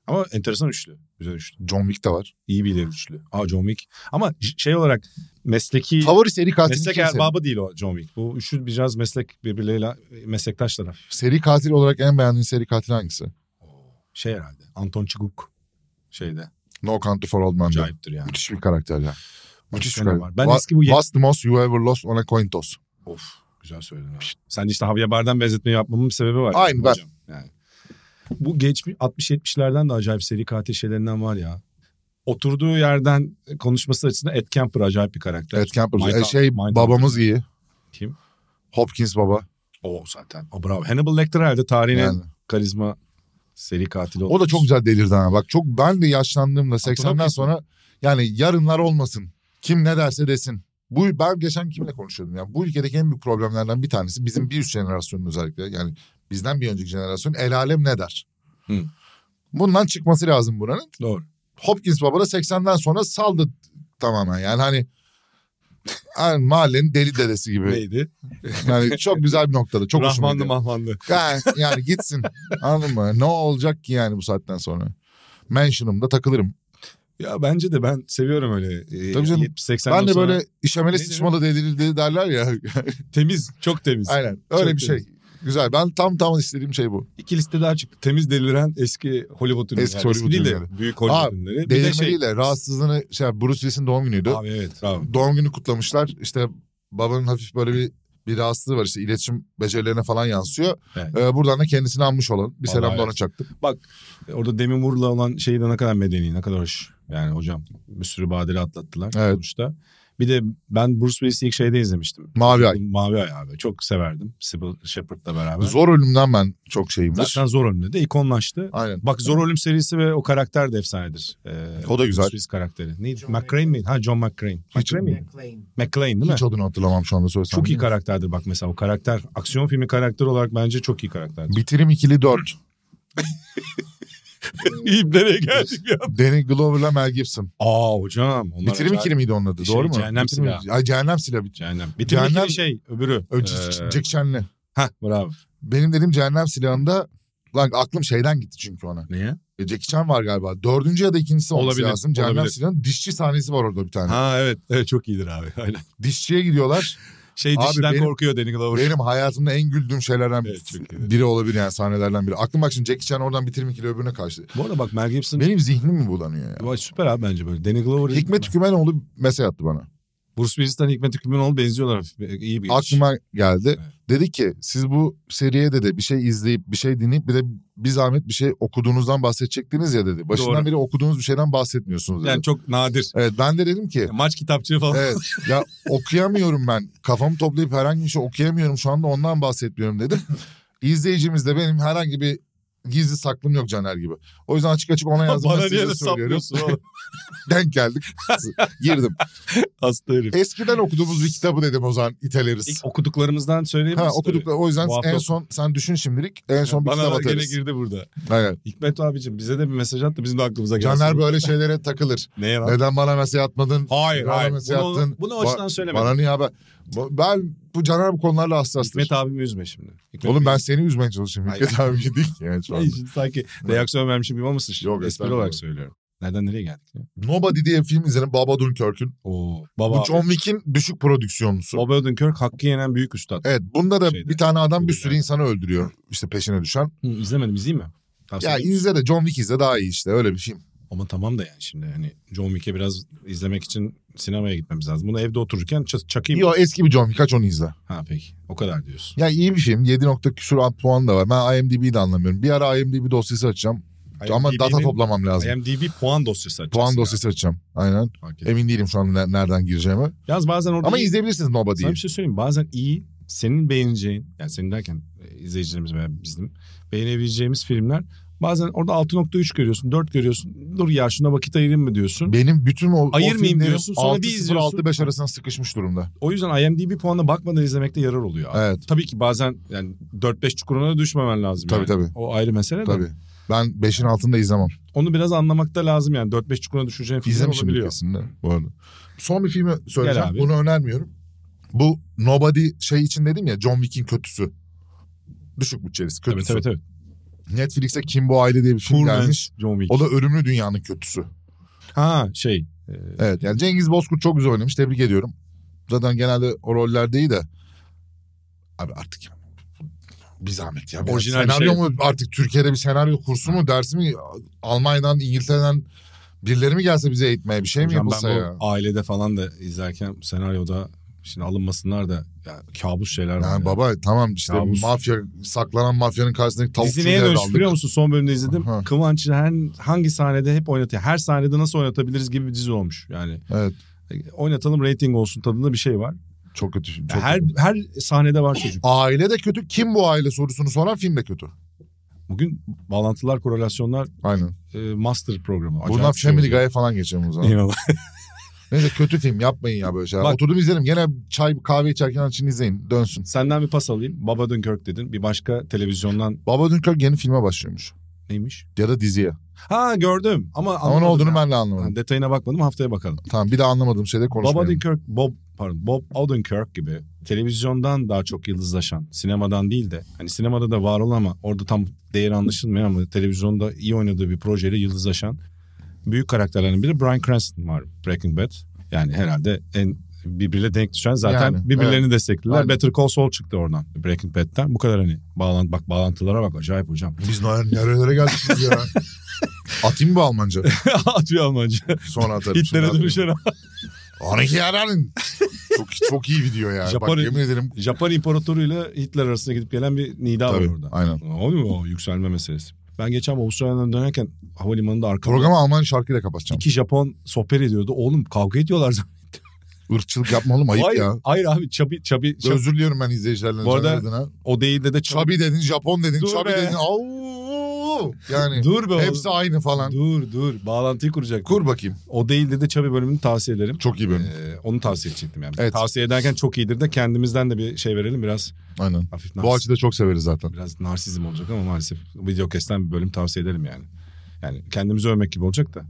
Speaker 2: Ama enteresan üçlü. Güzel üçlü.
Speaker 3: John Wick de var.
Speaker 2: İyi bilir üçlü. Aa John Wick. Ama j- şey olarak mesleki...
Speaker 3: Favori seri katili
Speaker 2: meslek
Speaker 3: kimse.
Speaker 2: erbabı değil o John Wick. Bu üçlü biraz meslek birbirleriyle meslektaş taraf.
Speaker 3: Seri katil olarak en beğendiğin seri katil hangisi?
Speaker 2: Şey herhalde. Anton Chigurh şeyde.
Speaker 3: No Country for Old Men'de.
Speaker 2: Acayiptir yani.
Speaker 3: Müthiş bir karakter ya. Müthiş bir
Speaker 2: Başka ne
Speaker 3: karakter.
Speaker 2: var? Ben
Speaker 3: Wa-
Speaker 2: eski bu yeni-
Speaker 3: What's the most you ever lost on a coin toss?
Speaker 2: Of güzel söyledin abi. Sen işte Javier Bardem benzetme yapmamın bir sebebi var.
Speaker 3: Aynı ben.
Speaker 2: Hocam, Yani. Bu geçmiş 60-70'lerden de acayip seri katil şeylerinden var ya. Oturduğu yerden konuşması açısından Ed Kemper acayip bir karakter.
Speaker 3: Ed Kemper.
Speaker 2: Mind
Speaker 3: E, şey
Speaker 2: Mind
Speaker 3: babamız iyi.
Speaker 2: Kim?
Speaker 3: Hopkins baba.
Speaker 2: O zaten. O bravo. Hannibal Lecter herhalde tarihin en
Speaker 3: Yani.
Speaker 2: karizma seri katili.
Speaker 3: O da
Speaker 2: olmuş.
Speaker 3: çok güzel delirdi ha. Bak çok ben de yaşlandığımda 80'den
Speaker 2: Hopkins.
Speaker 3: sonra yani yarınlar olmasın. Kim ne derse desin. Bu ben geçen kimle konuşuyordum ya. Bu ülkedeki en büyük problemlerden bir tanesi bizim bir üst jenerasyonun özellikle yani bizden bir önceki jenerasyon el alem ne der?
Speaker 2: Hı.
Speaker 3: Bundan çıkması lazım buranın.
Speaker 2: Doğru.
Speaker 3: Hopkins baba da 80'den sonra saldı tamamen yani hani yani mahallenin deli dedesi gibi.
Speaker 2: Neydi?
Speaker 3: Yani çok güzel bir noktada. Çok hoşuma
Speaker 2: Rahmanlı
Speaker 3: gidiyor.
Speaker 2: mahmanlı.
Speaker 3: Ha, yani gitsin. Anladın mı? Ne olacak ki yani bu saatten sonra? Mansion'ımda takılırım.
Speaker 2: Ya bence de ben seviyorum öyle. e,
Speaker 3: Tabii canım.
Speaker 2: 70-80
Speaker 3: ben de
Speaker 2: sonra
Speaker 3: böyle işemeli
Speaker 2: Neydi
Speaker 3: sıçmalı delirdi derler ya.
Speaker 2: temiz, çok temiz.
Speaker 3: Aynen. Öyle
Speaker 2: Çok
Speaker 3: bir şey. Güzel. Ben tam tam istediğim şey bu.
Speaker 2: İki liste daha çıktı. Temiz deliren eski Hollywood ünlüleri.
Speaker 3: Eski Hollywood
Speaker 2: değil de
Speaker 3: ünlüleri.
Speaker 2: Büyük Hollywood
Speaker 3: Aa,
Speaker 2: ünlüleri. Bir de şey-
Speaker 3: Delirmeliyle rahatsızlığını şey Bruce Willis'in doğum günüydü.
Speaker 2: Abi evet. Bravo.
Speaker 3: Doğum günü kutlamışlar. İşte babanın hafif böyle bir bir rahatsızlığı var işte iletişim becerilerine falan yansıyor.
Speaker 2: Evet.
Speaker 3: Ee, buradan da kendisini anmış olan bir
Speaker 2: Vallahi
Speaker 3: selam da ona
Speaker 2: evet.
Speaker 3: çaktım.
Speaker 2: Orada Demi Moore'la olan şeyi de ne kadar medeni, ne kadar hoş. Yani hocam bir sürü badire atlattılar
Speaker 3: Evet.
Speaker 2: sonuçta. Bir de ben Bruce Willis'i ilk şeyde izlemiştim.
Speaker 3: Mavi ay.
Speaker 2: Mavi Ay abi. Çok severdim. Sybil Shepherd'la beraber.
Speaker 3: Zor ölümden ben çok şeyimdir.
Speaker 2: Zaten zor ölümde de ikonlaştı.
Speaker 3: Aynen.
Speaker 2: Bak Zor Ölüm serisi ve o karakter de efsanedir. Ee,
Speaker 3: O da güzel.
Speaker 2: Bruce Willis karakteri. Neydi?
Speaker 4: John
Speaker 2: McCrane miydi? Ha John McCrane.
Speaker 3: Hiç-
Speaker 2: McCrane miydi?
Speaker 4: McLean.
Speaker 2: McClane değil mi?
Speaker 3: Hiç adını hatırlamam şu anda söylesem.
Speaker 2: Çok iyi karakterdir bak mesela o karakter. Aksiyon filmi karakteri olarak bence çok iyi karakterdir.
Speaker 3: Bitirim ikili dört.
Speaker 2: İplere geldik ya.
Speaker 3: Danny Glover'la Mel Gibson.
Speaker 2: Aa hocam. Onlar
Speaker 3: Bitirim
Speaker 2: acayip-
Speaker 3: ikili miydi onun adı?
Speaker 2: Şey,
Speaker 3: Doğru mu?
Speaker 2: Cehennem
Speaker 3: Bitirim-
Speaker 2: Silahı.
Speaker 3: Ay, cehennem silahı. Bit-
Speaker 2: Cehennem. Bitirim ikili
Speaker 3: Cehennem-
Speaker 2: şey öbürü.
Speaker 3: Ö,
Speaker 2: Ee,
Speaker 3: Jack Chan'le.
Speaker 2: Hah bravo.
Speaker 3: Benim dediğim cehennem silahında Lan aklım şeyden gitti çünkü ona.
Speaker 2: Niye?
Speaker 3: E, Jackie Chan var galiba. Dördüncü ya da ikincisi olması
Speaker 2: Olabilir,
Speaker 3: lazım. Cehennem
Speaker 2: olabilir.
Speaker 3: silahının dişçi sahnesi var orada bir tane.
Speaker 2: Ha evet. evet çok iyidir abi. Aynen.
Speaker 3: Dişçiye gidiyorlar.
Speaker 2: Şey
Speaker 3: Abi
Speaker 2: dişiden
Speaker 3: benim-
Speaker 2: korkuyor Danny Glover.
Speaker 3: Benim hayatımda en güldüğüm şeylerden
Speaker 2: Evet, çok iyi.
Speaker 3: biri olabilir yani sahnelerden biri. Aklım bak şimdi Jackie Chan oradan bitirim ikili öbürüne kaçtı.
Speaker 2: Bu arada bak Mel Gibson
Speaker 3: Benim zihnim mi bulanıyor ya?
Speaker 2: Vay, süper abi bence böyle. Danny Glover.
Speaker 3: Hikmet Hükümenoğlu mesaj attı bana.
Speaker 2: Bruce Willis'ten Hikmet Hükümenoğlu benziyorlar. hafif. İyi bir iş.
Speaker 3: aklıma geldi.
Speaker 2: Evet.
Speaker 3: Dedi ki siz bu seriye de de bir şey izleyip bir şey dinleyip bir de bir zahmet bir şey okuduğunuzdan bahsedecektiniz ya dedi. Başından
Speaker 2: Doğru.
Speaker 3: beri okuduğunuz bir şeyden bahsetmiyorsunuz dedi.
Speaker 2: Yani çok nadir.
Speaker 3: Evet ben de dedim ki
Speaker 2: Maç kitapçığı falan.
Speaker 3: evet ya okuyamıyorum ben kafamı toplayıp herhangi bir şey okuyamıyorum şu anda ondan bahsetmiyorum dedim. İzleyicimiz de benim herhangi bir gizli saklım yok Caner gibi. O yüzden açık açık ona yazdım.
Speaker 2: Bana
Speaker 3: ve size
Speaker 2: niye de
Speaker 3: söylüyorum.
Speaker 2: saplıyorsun oğlum?
Speaker 3: Denk geldik. Girdim.
Speaker 2: Hasta herif.
Speaker 3: Eskiden okuduğumuz bir kitabı dedim o zaman iteleriz.
Speaker 2: İlk okuduklarımızdan söyleyeyim
Speaker 3: Ha, okuduk o yüzden
Speaker 2: Bu hafta-
Speaker 3: en son sen düşün şimdilik en son bir
Speaker 2: Bana
Speaker 3: kitap
Speaker 2: da gene
Speaker 3: atarız.
Speaker 2: girdi burada.
Speaker 3: Aynen.
Speaker 2: Hikmet abicim bize de bir mesaj at da bizim de aklımıza gelsin.
Speaker 3: Caner böyle şeylere takılır.
Speaker 2: Neye lan?
Speaker 3: Neden bana mesaj atmadın?
Speaker 2: Hayır
Speaker 3: Bana
Speaker 2: hayır.
Speaker 3: mesaj
Speaker 2: Bunu,
Speaker 3: attın.
Speaker 2: bunu o
Speaker 3: Ba-
Speaker 2: açıdan söyleme.
Speaker 3: Bana niye haber? Bu- Ben bu Caner bu konularla hassastır.
Speaker 2: Hikmet abimi üzme şimdi. Hikmet
Speaker 3: Oğlum ben seni üzmeye çalışıyorum.
Speaker 2: Hayır.
Speaker 3: Hikmet abi şey değil ki yani şu
Speaker 2: Ay,
Speaker 3: anda.
Speaker 2: şimdi sanki reaksiyon vermişim gibi olmasın şimdi.
Speaker 3: Yok,
Speaker 2: Espri
Speaker 3: estağfurullah.
Speaker 2: olarak söylüyorum. Nereden nereye geldik? ya?
Speaker 3: Nobody diye film izledim Baba Dunkirk'ün.
Speaker 2: Oo,
Speaker 3: Bu
Speaker 2: baba.
Speaker 3: John Wick'in düşük prodüksiyonlusu.
Speaker 2: Bob Odenkirk hakkı yenen büyük üstad.
Speaker 3: Evet bunda da
Speaker 2: Şeyde,
Speaker 3: bir tane adam bir sürü
Speaker 2: filmde.
Speaker 3: insanı öldürüyor. İşte peşine düşen.
Speaker 2: Hı, izlemedim izleyeyim mi? Tavsiye
Speaker 3: Ya
Speaker 2: ederim.
Speaker 3: izle de John Wick izle daha iyi işte öyle bir film.
Speaker 2: Ama tamam da yani şimdi hani John Wick'e biraz izlemek için sinemaya gitmemiz lazım. Bunu evde otururken ç- çakayım.
Speaker 3: İyi o eski bir John Wick aç onu izle.
Speaker 2: Ha peki. O kadar diyorsun.
Speaker 3: Ya iyi bir film 7 nokta küsur alt puan da var. Ben IMDb'yi de anlamıyorum. Bir ara IMDb dosyası açacağım. Ama
Speaker 2: IMDb'nin
Speaker 3: data toplamam lazım.
Speaker 2: IMDb puan dosyası açacaksın.
Speaker 3: Puan
Speaker 2: ya.
Speaker 3: dosyası açacağım. Aynen.
Speaker 2: Fark ettim.
Speaker 3: Emin değilim şu an ne- nereden gireceğimi.
Speaker 2: Yalnız bazen orada...
Speaker 3: Ama
Speaker 2: iyi-
Speaker 3: izleyebilirsiniz
Speaker 2: Sana
Speaker 3: Nobody'yi.
Speaker 2: bir şey söyleyeyim. Bazen iyi, senin beğeneceğin, yani senin derken e, izleyicilerimiz veya bizim beğenebileceğimiz filmler bazen orada 6.3 görüyorsun, 4 görüyorsun. Dur ya şuna vakit ayırayım mı diyorsun.
Speaker 3: Benim bütün o,
Speaker 2: Ayırmayayım
Speaker 3: o filmlerim
Speaker 2: diyorsun, sonra bir
Speaker 3: 6.0,
Speaker 2: izliyorsun.
Speaker 3: 6.5 arasına sıkışmış durumda.
Speaker 2: O yüzden IMDb puanına bakmadan izlemekte yarar oluyor.
Speaker 3: Evet
Speaker 2: Tabii ki bazen yani 4-5 çukuruna da düşmemen lazım.
Speaker 3: Tabii,
Speaker 2: yani.
Speaker 3: tabii.
Speaker 2: O ayrı mesele de.
Speaker 3: tabii. Ben 5'in altında izlemem.
Speaker 2: Onu biraz anlamak da lazım yani. 4-5 çukuruna düşeceğin filmler
Speaker 3: İzlemişim
Speaker 2: olabiliyor.
Speaker 3: kesin de bu arada. Son bir filmi
Speaker 2: Gel
Speaker 3: söyleyeceğim.
Speaker 2: abi.
Speaker 3: Bunu önermiyorum. Bu Nobody şey için dedim ya John Wick'in kötüsü. Düşük bütçelisi
Speaker 2: Tabii
Speaker 3: kötüsü.
Speaker 2: tabii tabii.
Speaker 3: Netflix'e Kimbo Aile diye bir film
Speaker 2: Poor Man's
Speaker 3: gelmiş.
Speaker 2: John Wick.
Speaker 3: O da ölümlü dünyanın kötüsü.
Speaker 2: Ha şey. e,
Speaker 3: Evet yani Cengiz Bozkurt çok güzel oynamış. Tebrik ediyorum. Zaten genelde o rollerde iyi de. Abi artık ya. Bir zahmet ya. Biraz
Speaker 2: Orijinal bir
Speaker 3: senaryo
Speaker 2: şey.
Speaker 3: mu artık Türkiye'de bir senaryo kursu mu dersi mi Almanya'dan İngiltere'den birileri mi gelse bize eğitmeye bir şey mi
Speaker 2: hocam
Speaker 3: yapılsa
Speaker 2: ben bu
Speaker 3: ya?
Speaker 2: ailede falan da izlerken senaryoda şimdi alınmasınlar da ya, kabus şeyler var.
Speaker 3: Yani
Speaker 2: ya.
Speaker 3: baba tamam işte
Speaker 2: Ya bu-
Speaker 3: mafya saklanan mafyanın karşısındaki tavukçu
Speaker 2: Dizi neye dönüştü biliyor musun? Son bölümde izledim.
Speaker 3: Aha.
Speaker 2: Kıvanç'ı her, hangi sahnede hep oynatıyor. Her sahnede nasıl oynatabiliriz gibi bir dizi olmuş. Yani
Speaker 3: Evet
Speaker 2: e, oynatalım reyting olsun tadında bir şey var.
Speaker 3: çok kötü. film, Çok
Speaker 2: her
Speaker 3: kötü.
Speaker 2: her sahnede var çocuk.
Speaker 3: Aile de kötü. Kim bu aile sorusunu soran film de kötü.
Speaker 2: Bugün bağlantılar, korelasyonlar
Speaker 3: Aynen.
Speaker 2: e, master programı. Acayip
Speaker 3: Buradan
Speaker 2: bir şey
Speaker 3: Family
Speaker 2: oluyor.
Speaker 3: Guy'a falan geçelim o zaman.
Speaker 2: Eyvallah.
Speaker 3: Neyse kötü film yapmayın ya böyle şeyler.
Speaker 2: Bak-
Speaker 3: Oturdum izlerim. Gene çay kahve içerken açın izleyin. Dönsün.
Speaker 2: Senden bir pas alayım. Baba Dunkirk dedin. Bir başka televizyondan
Speaker 3: Baba Dünkirk yeni filme başlıyormuş.
Speaker 2: neymiş?
Speaker 3: Ya da diziye.
Speaker 2: Ha gördüm ama
Speaker 3: Ama ne
Speaker 2: anlamadım
Speaker 3: olduğunu
Speaker 2: ya.
Speaker 3: ben de
Speaker 2: Ha,
Speaker 3: anlamadım.
Speaker 2: Detayına bakmadım haftaya bakalım.
Speaker 3: Tamam bir daha anlamadığım şeyde
Speaker 2: Bob
Speaker 3: konuşmayalım.
Speaker 2: Odenkirk, Bob pardon Bob Odenkirk gibi televizyondan daha çok yıldızlaşan, sinemadan değil de hani sinemada da var olan ama orada tam değeri anlaşılmıyor ama televizyonda iyi oynadığı bir projeyle yıldızlaşan büyük karakterlerden biri Bryan Cranston var Breaking Bad. Yani herhalde en birbiriyle denk düşen zaten
Speaker 3: Yani,
Speaker 2: birbirlerini desteklediler.
Speaker 3: Aynen.
Speaker 2: Better Call Saul çıktı oradan Breaking Bad'den. Bu kadar hani bağlan bak bağlantılara bak acayip hocam.
Speaker 3: Biz ne- nerelere geldik biz ya? Atayım bu Almanca.
Speaker 2: Atıyor Almanca.
Speaker 3: Sonra atarım.
Speaker 2: Hitlere
Speaker 3: Şimdi
Speaker 2: dönüşen
Speaker 3: atayım. Anaki yararın. Çok, çok iyi video ya.
Speaker 2: Japon-
Speaker 3: Bak yemin ederim.
Speaker 2: Japon imparatoruyla Hitler arasında gidip gelen bir nida
Speaker 3: Tabii,
Speaker 2: var orada.
Speaker 3: aynen.
Speaker 2: Oluyor mu o yükselme meselesi? Ben geçen Avustralya'dan dönerken havalimanında arkamda
Speaker 3: Programı Alman şarkıyla kapatacağım.
Speaker 2: iki Japon sohbet ediyordu. Oğlum kavga ediyorlar. zaten.
Speaker 3: Irkçılık yapma oğlum ayıp
Speaker 2: hayır,
Speaker 3: ya.
Speaker 2: hayır abi çabi çabi. çabi-
Speaker 3: Özür diliyorum ben izleyicilerden.
Speaker 2: Bu arada-
Speaker 3: Caner adına.
Speaker 2: o değil de de çabi.
Speaker 3: Çabi dedin, Japon dedin,
Speaker 2: Dur
Speaker 3: Çabi
Speaker 2: be.
Speaker 3: dedin. Au! Yani
Speaker 2: Dur be oğlum.
Speaker 3: hepsi aynı falan.
Speaker 2: Dur dur bağlantıyı kuracak.
Speaker 3: Kur bakayım.
Speaker 2: O değil de de çabi bölümünü tavsiye ederim.
Speaker 3: Çok iyi bölüm.
Speaker 2: Ee, onu tavsiye edecektim yani.
Speaker 3: Evet.
Speaker 2: Tavsiye ederken çok iyidir de kendimizden de bir şey verelim biraz
Speaker 3: Aynen.
Speaker 2: hafif
Speaker 3: Bu
Speaker 2: narsist.
Speaker 3: açıda çok severiz zaten.
Speaker 2: Biraz narsizm olacak ama maalesef videokestten bir bölüm tavsiye edelim yani. Yani kendimizi övmek gibi olacak da.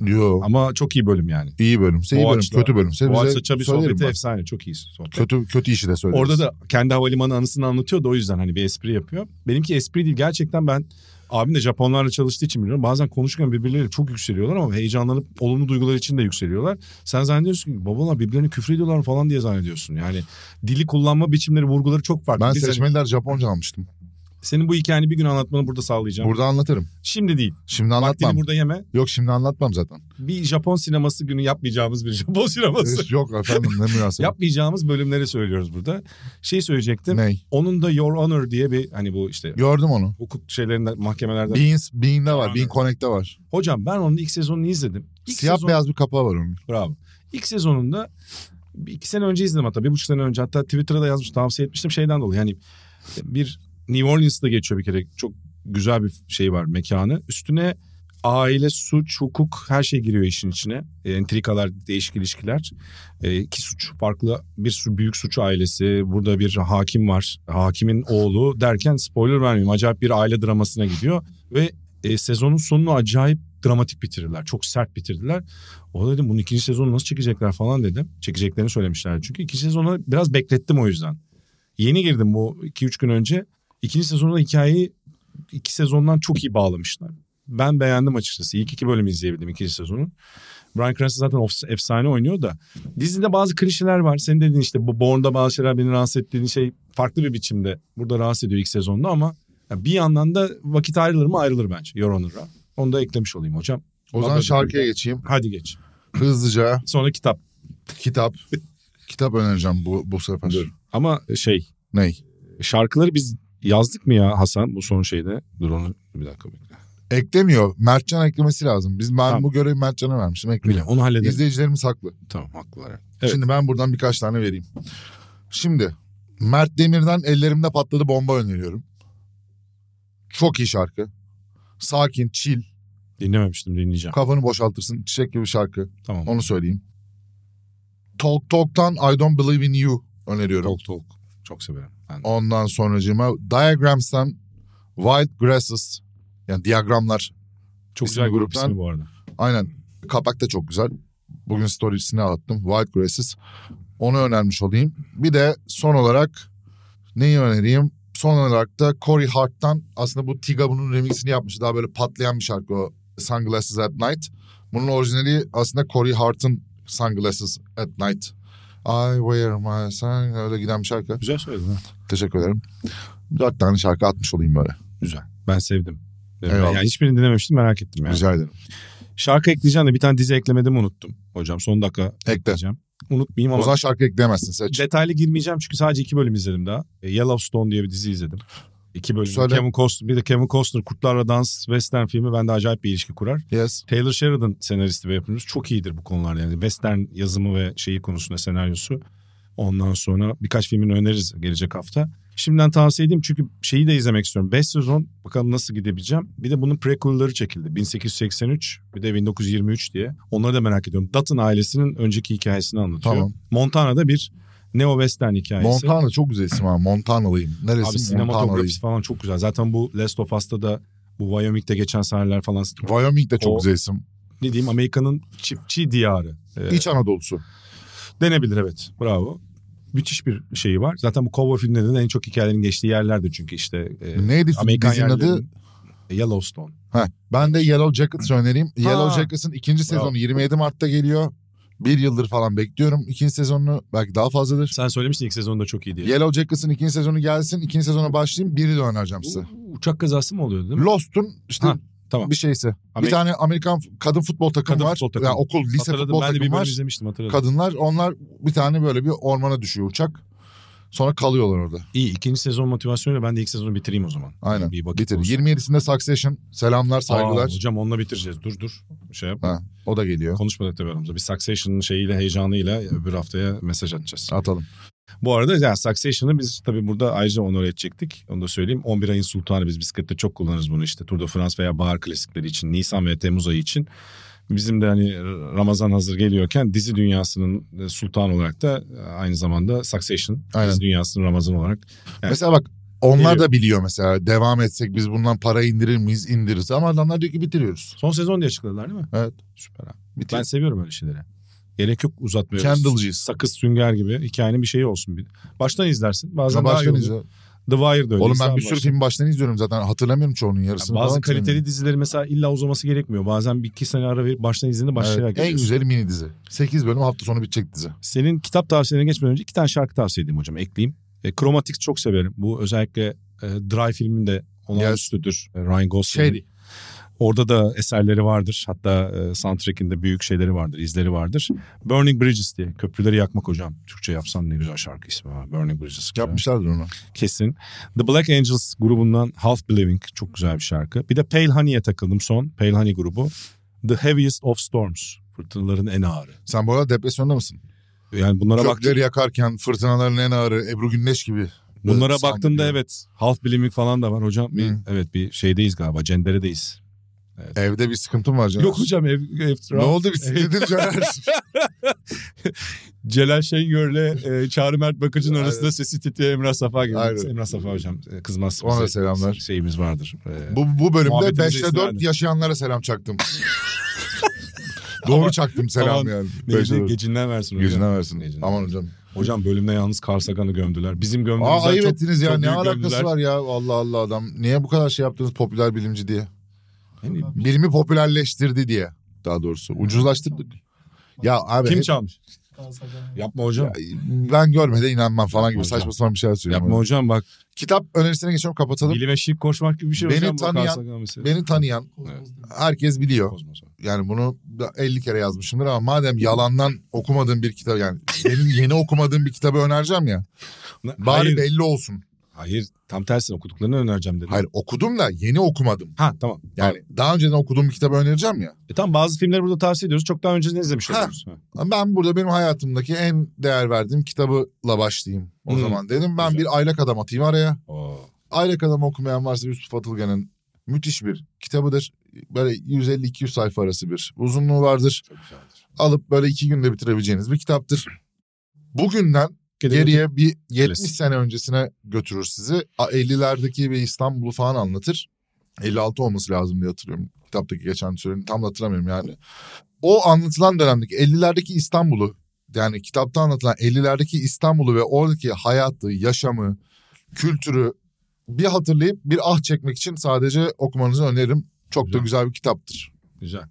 Speaker 3: Yo.
Speaker 2: Ama çok iyi bölüm yani.
Speaker 3: İyi bölümse iyi bölüm,
Speaker 2: Boğaç'la-
Speaker 3: kötü bölümse
Speaker 2: Boğaç
Speaker 3: bize
Speaker 2: Saça bir
Speaker 3: söylerim.
Speaker 2: sohbeti
Speaker 3: bak.
Speaker 2: efsane. Çok iyi sohbet.
Speaker 3: Kötü kötü işi de söyleriz.
Speaker 2: Orada da kendi havalimanı anısını anlatıyor da o yüzden hani bir espri yapıyor. Benimki espri değil. Gerçekten ben abim de Japonlarla çalıştığı için biliyorum. Bazen konuşurken birbirleriyle çok yükseliyorlar ama heyecanlanıp olumlu duygular için de yükseliyorlar. Sen zannediyorsun ki babalar birbirlerine küfür ediyorlar falan diye zannediyorsun. Yani dili kullanma biçimleri, vurguları çok farklı.
Speaker 3: ben
Speaker 2: Biz hani-
Speaker 3: seçmeliler Japonca almıştım.
Speaker 2: senin bu hikayeni bir gün anlatmanı burada sağlayacağım.
Speaker 3: Burada anlatırım.
Speaker 2: Şimdi değil.
Speaker 3: Şimdi anlatmam.
Speaker 2: Vaktini burada yeme.
Speaker 3: Yok şimdi anlatmam zaten.
Speaker 2: Bir Japon sineması günü yapmayacağımız bir Japon sineması.
Speaker 3: Yok efendim ne münasebet.
Speaker 2: yapmayacağımız bölümleri söylüyoruz burada. Şey söyleyecektim.
Speaker 3: Ney?
Speaker 2: Onun da Your Honor diye bir hani bu işte
Speaker 3: Gördüm onu.
Speaker 2: hukuk şeylerinde mahkemelerde.
Speaker 3: Beans, Bean'de var.
Speaker 1: Aynen.
Speaker 3: Bean Connect'te var.
Speaker 2: Hocam ben onun ilk sezonunu izledim. İlk
Speaker 3: Siyah
Speaker 2: sezon-
Speaker 3: beyaz bir kapağı var onun.
Speaker 2: Bravo. İlk sezonunda bir iki sene önce izledim hatta bir buçuk sene önce hatta Twitter'da yazmış tavsiye etmiştim şeyden dolayı. Yani bir New Orleans'da geçiyor bir kere çok güzel bir şey var mekanı. Üstüne aile, suç, hukuk her şey giriyor işin içine. E, entrikalar, değişik ilişkiler. E, iki suç farklı bir su- büyük suç ailesi. Burada bir hakim var. Hakimin oğlu derken spoiler vermeyeyim. Acayip bir aile dramasına gidiyor. Ve e, sezonun sonunu acayip dramatik bitirirler. Çok sert bitirdiler. O da dedim bunun ikinci sezonu nasıl çekecekler falan dedim. Çekeceklerini söylemişler çünkü. ikinci sezonu biraz beklettim o yüzden. Yeni girdim bu 2-3 gün önce. İkinci sezonda hikayeyi iki sezondan çok iyi bağlamışlar. Ben beğendim açıkçası. İlk iki bölümü izleyebildim ikinci sezonun. Bryan Cranston zaten of- efsane oynuyor da. Dizide bazı klişeler var. Senin dediğin işte bu Bourne'da bazı şeyler beni rahatsız ettiğin şey farklı bir biçimde. Burada rahatsız ediyor ilk sezonda ama ya bir yandan da vakit ayrılır mı ayrılır bence Your Honor'a. Onu da eklemiş olayım hocam.
Speaker 3: O zaman
Speaker 2: Haber-
Speaker 3: şarkıya geçeyim.
Speaker 2: Hadi geç.
Speaker 3: Hızlıca
Speaker 2: Sonra kitap.
Speaker 3: kitap. kitap önereceğim bu, bu sefer.
Speaker 2: Dur. Ama şey
Speaker 3: Ney?
Speaker 2: şarkıları biz yazdık mı ya Hasan bu son şeyde? Dur onu bir dakika bekle.
Speaker 3: Eklemiyor. Mertcan eklemesi lazım. Biz ben
Speaker 2: Tamam.
Speaker 3: bu görevi Mertcan'a vermiştim.
Speaker 2: Bile,
Speaker 3: Ekleyelim.
Speaker 2: onu halledelim.
Speaker 3: İzleyicilerimiz haklı.
Speaker 2: Tamam haklılar. Evet.
Speaker 3: Şimdi ben buradan birkaç tane vereyim. Şimdi Mert Demir'den Ellerimde Patladı Bomba öneriyorum. Çok iyi şarkı. Sakin, chill,
Speaker 2: Dinlememiştim dinleyeceğim.
Speaker 3: kafanı boşaltırsın. Çiçek gibi şarkı.
Speaker 2: Tamam.
Speaker 3: Onu söyleyeyim. Talk Talk'tan I Don't Believe in You öneriyorum.
Speaker 2: Talk Talk. Çok severim. Ben de.
Speaker 3: Ondan sonracığıma Diagrams'tan Wild Grasses yani diyagramlar.
Speaker 2: Çok
Speaker 3: bizim
Speaker 2: güzel grup
Speaker 3: gruptan-
Speaker 2: ismi bu arada.
Speaker 3: Aynen kapak da çok güzel. Bugün storiesini attım. Wild Grasses. Onu önermiş olayım. Bir de son olarak neyi önereyim? Son olarak da Corey Hart'tan aslında bu Tiga bunun remixini yapmış. Daha böyle patlayan bir şarkı o. Sunglasses at Night. Bunun orijinali aslında Corey Hart'ın Sunglasses at Night. I wear my sun öyle giden bir şarkı.
Speaker 2: Güzel söyledin ha.
Speaker 3: Teşekkür ederim. Dört tane şarkı atmış olayım böyle.
Speaker 2: Güzel. Ben sevdim.
Speaker 3: Eyvallah.
Speaker 2: Yani hiçbirini dinlememiştim merak ettim yani.
Speaker 3: Rica ederim.
Speaker 2: Şarkı ekleyeceğim de bir tane dizi eklemedim unuttum. Hocam son dakika
Speaker 3: Ekle.
Speaker 2: ekleyeceğim. Unutmayayım
Speaker 3: O
Speaker 2: ama
Speaker 3: zaman şarkı ekleyemezsin seç.
Speaker 2: detaylı girmeyeceğim çünkü sadece iki bölüm izledim daha. E, Yellowstone diye bir dizi izledim. İki bölüm.
Speaker 3: Söyle.
Speaker 2: Kevin Costner, bir de Kevin Costner Kurtlarla Dans Western filmi bende acayip bir ilişki kurar.
Speaker 3: Yes.
Speaker 2: Taylor Sheridan senaristi ve yapımcısı çok iyidir bu konularda yani western yazımı ve şeyi konusunda senaryosu. Ondan sonra birkaç filmini öneririz gelecek hafta. Şimdiden tavsiye edeyim çünkü şeyi de izlemek istiyorum. 5 sezon bakalım nasıl gidebileceğim. Bir de bunun prequel'ları çekildi. 1883 bir de 1923 diye. Onları da merak ediyorum. Dutton ailesinin önceki hikayesini anlatıyor.
Speaker 3: Tamam.
Speaker 2: Montana'da bir neo western hikayesi.
Speaker 3: Montana çok güzel isim ha. Montanalıyım. Neresi
Speaker 2: Abi
Speaker 3: Montanalıyım?
Speaker 2: sinematografisi falan çok güzel. Zaten bu Last of Us'ta da bu Wyoming'de geçen sahneler falan
Speaker 3: Wyoming de çok
Speaker 2: O-
Speaker 3: güzel isim.
Speaker 2: ne diyeyim Amerika'nın çiftçi diyarı. Ee,
Speaker 3: İç Anadolu'su.
Speaker 2: Denebilir evet. Bravo. Müthiş bir şeyi var. Zaten bu kovboy filmlerinde de en çok hikayelerin geçtiği yerlerdir çünkü işte. E,
Speaker 3: Neydi
Speaker 2: Amerikan
Speaker 3: dizinin adı?
Speaker 2: yerlerinin- E, Yellowstone.
Speaker 3: Heh. Ben de Yellow Jackets önereyim. Yellow Jackets'ın ikinci
Speaker 2: Bravo.
Speaker 3: sezonu 27 Mart'ta geliyor. Bir yıldır falan bekliyorum. İkinci sezonunu belki daha fazladır.
Speaker 2: Sen söylemiştin ilk sezonda çok iyi diye.
Speaker 3: Yellow Jackets'ın ikinci sezonu gelsin. İkinci sezona başlayayım. Biri de önereceğim size.
Speaker 2: U- Uçak kazası mı oluyordu değil mi?
Speaker 3: Lost'un işte
Speaker 2: Ha, tamam.
Speaker 3: bir şeysi.
Speaker 2: Amerik-
Speaker 3: bir tane Amerikan kadın futbol takımı
Speaker 2: Kadın
Speaker 3: var.
Speaker 2: futbol takımı.
Speaker 3: Yani okul, lise
Speaker 2: hatırladım
Speaker 3: futbol
Speaker 2: ben de bir
Speaker 3: takımı
Speaker 2: bölüm
Speaker 3: var.
Speaker 2: izlemiştim hatırladım.
Speaker 3: Kadınlar onlar bir tane böyle bir ormana düşüyor uçak. Sonra kalıyorlar orada.
Speaker 2: iyi ikinci sezon motivasyonuyla ben de ilk sezonu bitireyim o zaman.
Speaker 3: Aynen.
Speaker 2: Bir vakit
Speaker 3: Bitir.
Speaker 2: olsun.
Speaker 3: 27'sinde Succession. Selamlar, saygılar.
Speaker 2: Aa, hocam onunla bitireceğiz. Dur dur. Şey yap.
Speaker 3: Ha, o da geliyor.
Speaker 2: Konuşmadık tabii aramızda. Bir Succession'ın şeyiyle heyecanıyla öbür haftaya mesaj atacağız.
Speaker 3: Atalım.
Speaker 2: Bu arada yani Succession'ı biz tabii burada ayrıca onur edecektik. Onu da söyleyeyim. 11 ayın sultanı biz bisiklette çok kullanırız bunu işte. Tour de France veya bahar klasikleri için. Nisan ve Temmuz ayı için. Bizim de hani Ramazan hazır geliyorken dizi dünyasının e, sultanı olarak da e, aynı zamanda Succession.
Speaker 3: Aynen.
Speaker 2: Dizi dünyasının Ramazan olarak. Yani-
Speaker 3: Mesela bak onlar da biliyor mesela devam etsek biz bundan para indirir miyiz? İndiririz. Ama adamlar diyor ki bitiriyoruz.
Speaker 2: Son sezon diye açıkladılar değil mi?
Speaker 3: Evet.
Speaker 2: Süper abi. Ben
Speaker 3: Bitir.
Speaker 2: seviyorum öyle şeyleri. Gerek yok uzatmıyoruz.
Speaker 3: Candle'cıyız.
Speaker 2: Sakız sünger gibi hikayenin bir şeyi olsun. Bir. Baştan izlersin. Bazen daha iyi
Speaker 3: Baştan
Speaker 2: oluyor.
Speaker 3: izliyor.
Speaker 2: The Wire'da öyle.
Speaker 3: Oğlum ben bir sürü filmi baştan izliyorum zaten. Hatırlamıyorum çoğunun yarısını.
Speaker 2: Yani bazı
Speaker 3: falan hatırlamıyorum.
Speaker 2: kaliteli dizileri mesela illa uzaması gerekmiyor. Bazen bir iki sene ara verip baştan izlediğinde başka şeyler
Speaker 3: Evet, en
Speaker 2: görüyorsun.
Speaker 3: güzeli mini dizi. 8 bölüm hafta sonu bitecek dizi.
Speaker 2: Senin kitap tavsiyelerine geçmeden önce iki tane şarkı tavsiye edeyim hocam ekleyeyim. E, Chromatics çok severim. Bu özellikle e, Dry filminde olağanüstüdür. E, Ryan Gosling'in.
Speaker 3: Shady.
Speaker 2: Orada da eserleri vardır. Hatta e, soundtrack'inde büyük şeyleri vardır, izleri vardır. Burning Bridges diye. Köprüleri yakmak hocam. Türkçe yapsan ne güzel şarkı ismi ha. Burning Bridges. Güzel.
Speaker 3: Yapmışlardır onu.
Speaker 2: kesin. The Black Angels grubundan Half Believing çok güzel bir şarkı. Bir de Pale Honey'e takıldım son. Pale Honey grubu. The Heaviest of Storms. Fırtınaların en ağırı.
Speaker 3: Sen bu arada depresyonda mısın?
Speaker 2: Yani bunlara baktığında
Speaker 3: Kökleri yakarken fırtınaların en ağırı Ebru Gündeş gibi.
Speaker 2: bunlara
Speaker 3: Sandım
Speaker 2: baktığımda
Speaker 3: ya. Hmm.
Speaker 2: evet Half Believing falan da var hocam. Bir,
Speaker 3: Hı.
Speaker 2: evet bir şeydeyiz galiba. Cenderedeyiz.
Speaker 3: Evde bir sıkıntım var Caner.
Speaker 2: Yok hocam ev, ev
Speaker 3: Ne oldu bir sinirdir Caner?
Speaker 2: Celal Şengör'le e, Çağrı Mert Bakırcı'nın
Speaker 3: Aynen.
Speaker 2: arasında sesi titriyor Emrah Safa gibi.
Speaker 3: Aynen.
Speaker 2: Emrah Safa hocam e, kızmaz.
Speaker 3: Ona
Speaker 2: bize.
Speaker 3: da selamlar.
Speaker 2: Şeyimiz vardır. E,
Speaker 3: bu, bu bölümde
Speaker 2: Muhabbetimize
Speaker 3: 5'te 4
Speaker 2: istinaden.
Speaker 3: yaşayanlara selam çaktım. Doğru çaktım selam
Speaker 2: Aman,
Speaker 3: yani.
Speaker 2: ne
Speaker 3: Beşte
Speaker 2: gece,
Speaker 3: dört.
Speaker 2: gecinden versin hocam.
Speaker 3: Gecinden versin.
Speaker 2: Gecinden.
Speaker 3: Aman hocam.
Speaker 2: Hocam bölümde yalnız Karsakan'ı gömdüler. Bizim gömdüğümüzden
Speaker 3: Aa ayıp
Speaker 2: çok,
Speaker 3: ettiniz ya.
Speaker 2: çok
Speaker 3: Ne
Speaker 2: büyük
Speaker 3: alakası
Speaker 2: gömdüler.
Speaker 3: var ya? Allah Allah adam. Niye bu kadar şey yaptınız popüler bilimci diye?
Speaker 2: Yani
Speaker 3: Bilimi popülerleştirdi diye. Daha doğrusu. Ucuzlaştırdık. Ya abi
Speaker 2: kim
Speaker 3: hep-
Speaker 2: çalmış?
Speaker 4: Galatasaray.
Speaker 2: Yapma hocam.
Speaker 3: ben görmede inanmam falan gibi
Speaker 2: Yapma hocam.
Speaker 3: saçma sapan bir şeyler söylüyorum.
Speaker 2: Yapma hocam bak.
Speaker 3: Kitap önerisine geçiyorum kapatalım.
Speaker 2: Bilime şık koşmak gibi bir şey
Speaker 3: Beni
Speaker 2: hocam. bu
Speaker 3: tanıyan-
Speaker 2: Karsakan mesela.
Speaker 3: Beni tanıyan
Speaker 4: Kozmoz demiş.
Speaker 3: herkes biliyor.
Speaker 2: Kozmos.
Speaker 3: Yani bunu da 50 kere yazmışımdır ama madem yalandan okumadığım bir kitap yani benim yeni okumadığım bir kitabı önereceğim ya. Bari
Speaker 2: Hayır,
Speaker 3: belli olsun.
Speaker 2: hayır tam tersine okuduklarını önereceğim dedim.
Speaker 3: Hayır okudum da yeni okumadım.
Speaker 2: Ha tamam.
Speaker 3: Yani daha önceden okuduğum bir kitabı önereceğim ya.
Speaker 2: E, tamam bazı filmleri burada tavsiye ediyoruz. Çok daha önceden izlemiş
Speaker 3: Ha.
Speaker 2: oluyoruz. Ha.
Speaker 3: Ben burada benim hayatımdaki en değer verdiğim kitabıla başlayayım o
Speaker 2: Hmm.
Speaker 3: zaman dedim. Ben
Speaker 2: Güzel.
Speaker 3: bir aylak adam atayım araya.
Speaker 2: Oo.
Speaker 3: Aylak Adam okumayan varsa Yusuf Atılgan'ın müthiş bir kitabıdır. Böyle 150-200 sayfa arası bir uzunluğu vardır.
Speaker 2: Çok güzeldir.
Speaker 3: Alıp böyle iki günde bitirebileceğiniz bir kitaptır. Bugünden geriye bir 70
Speaker 2: Klasik.
Speaker 3: sene öncesine götürür sizi. A- 50'lerdeki bir İstanbul'u falan anlatır. 56 olması lazım diye hatırlıyorum. Kitaptaki geçen söylediğini tam da hatırlamıyorum yani. O anlatılan dönemdeki 50'lerdeki İstanbul'u yani kitapta anlatılan 50'lerdeki İstanbul'u ve oradaki hayatı, yaşamı, kültürü bir hatırlayıp bir ah çekmek için sadece okumanızı öneririm. Çok
Speaker 2: Güzel.
Speaker 3: da güzel bir kitaptır.
Speaker 2: Güzel.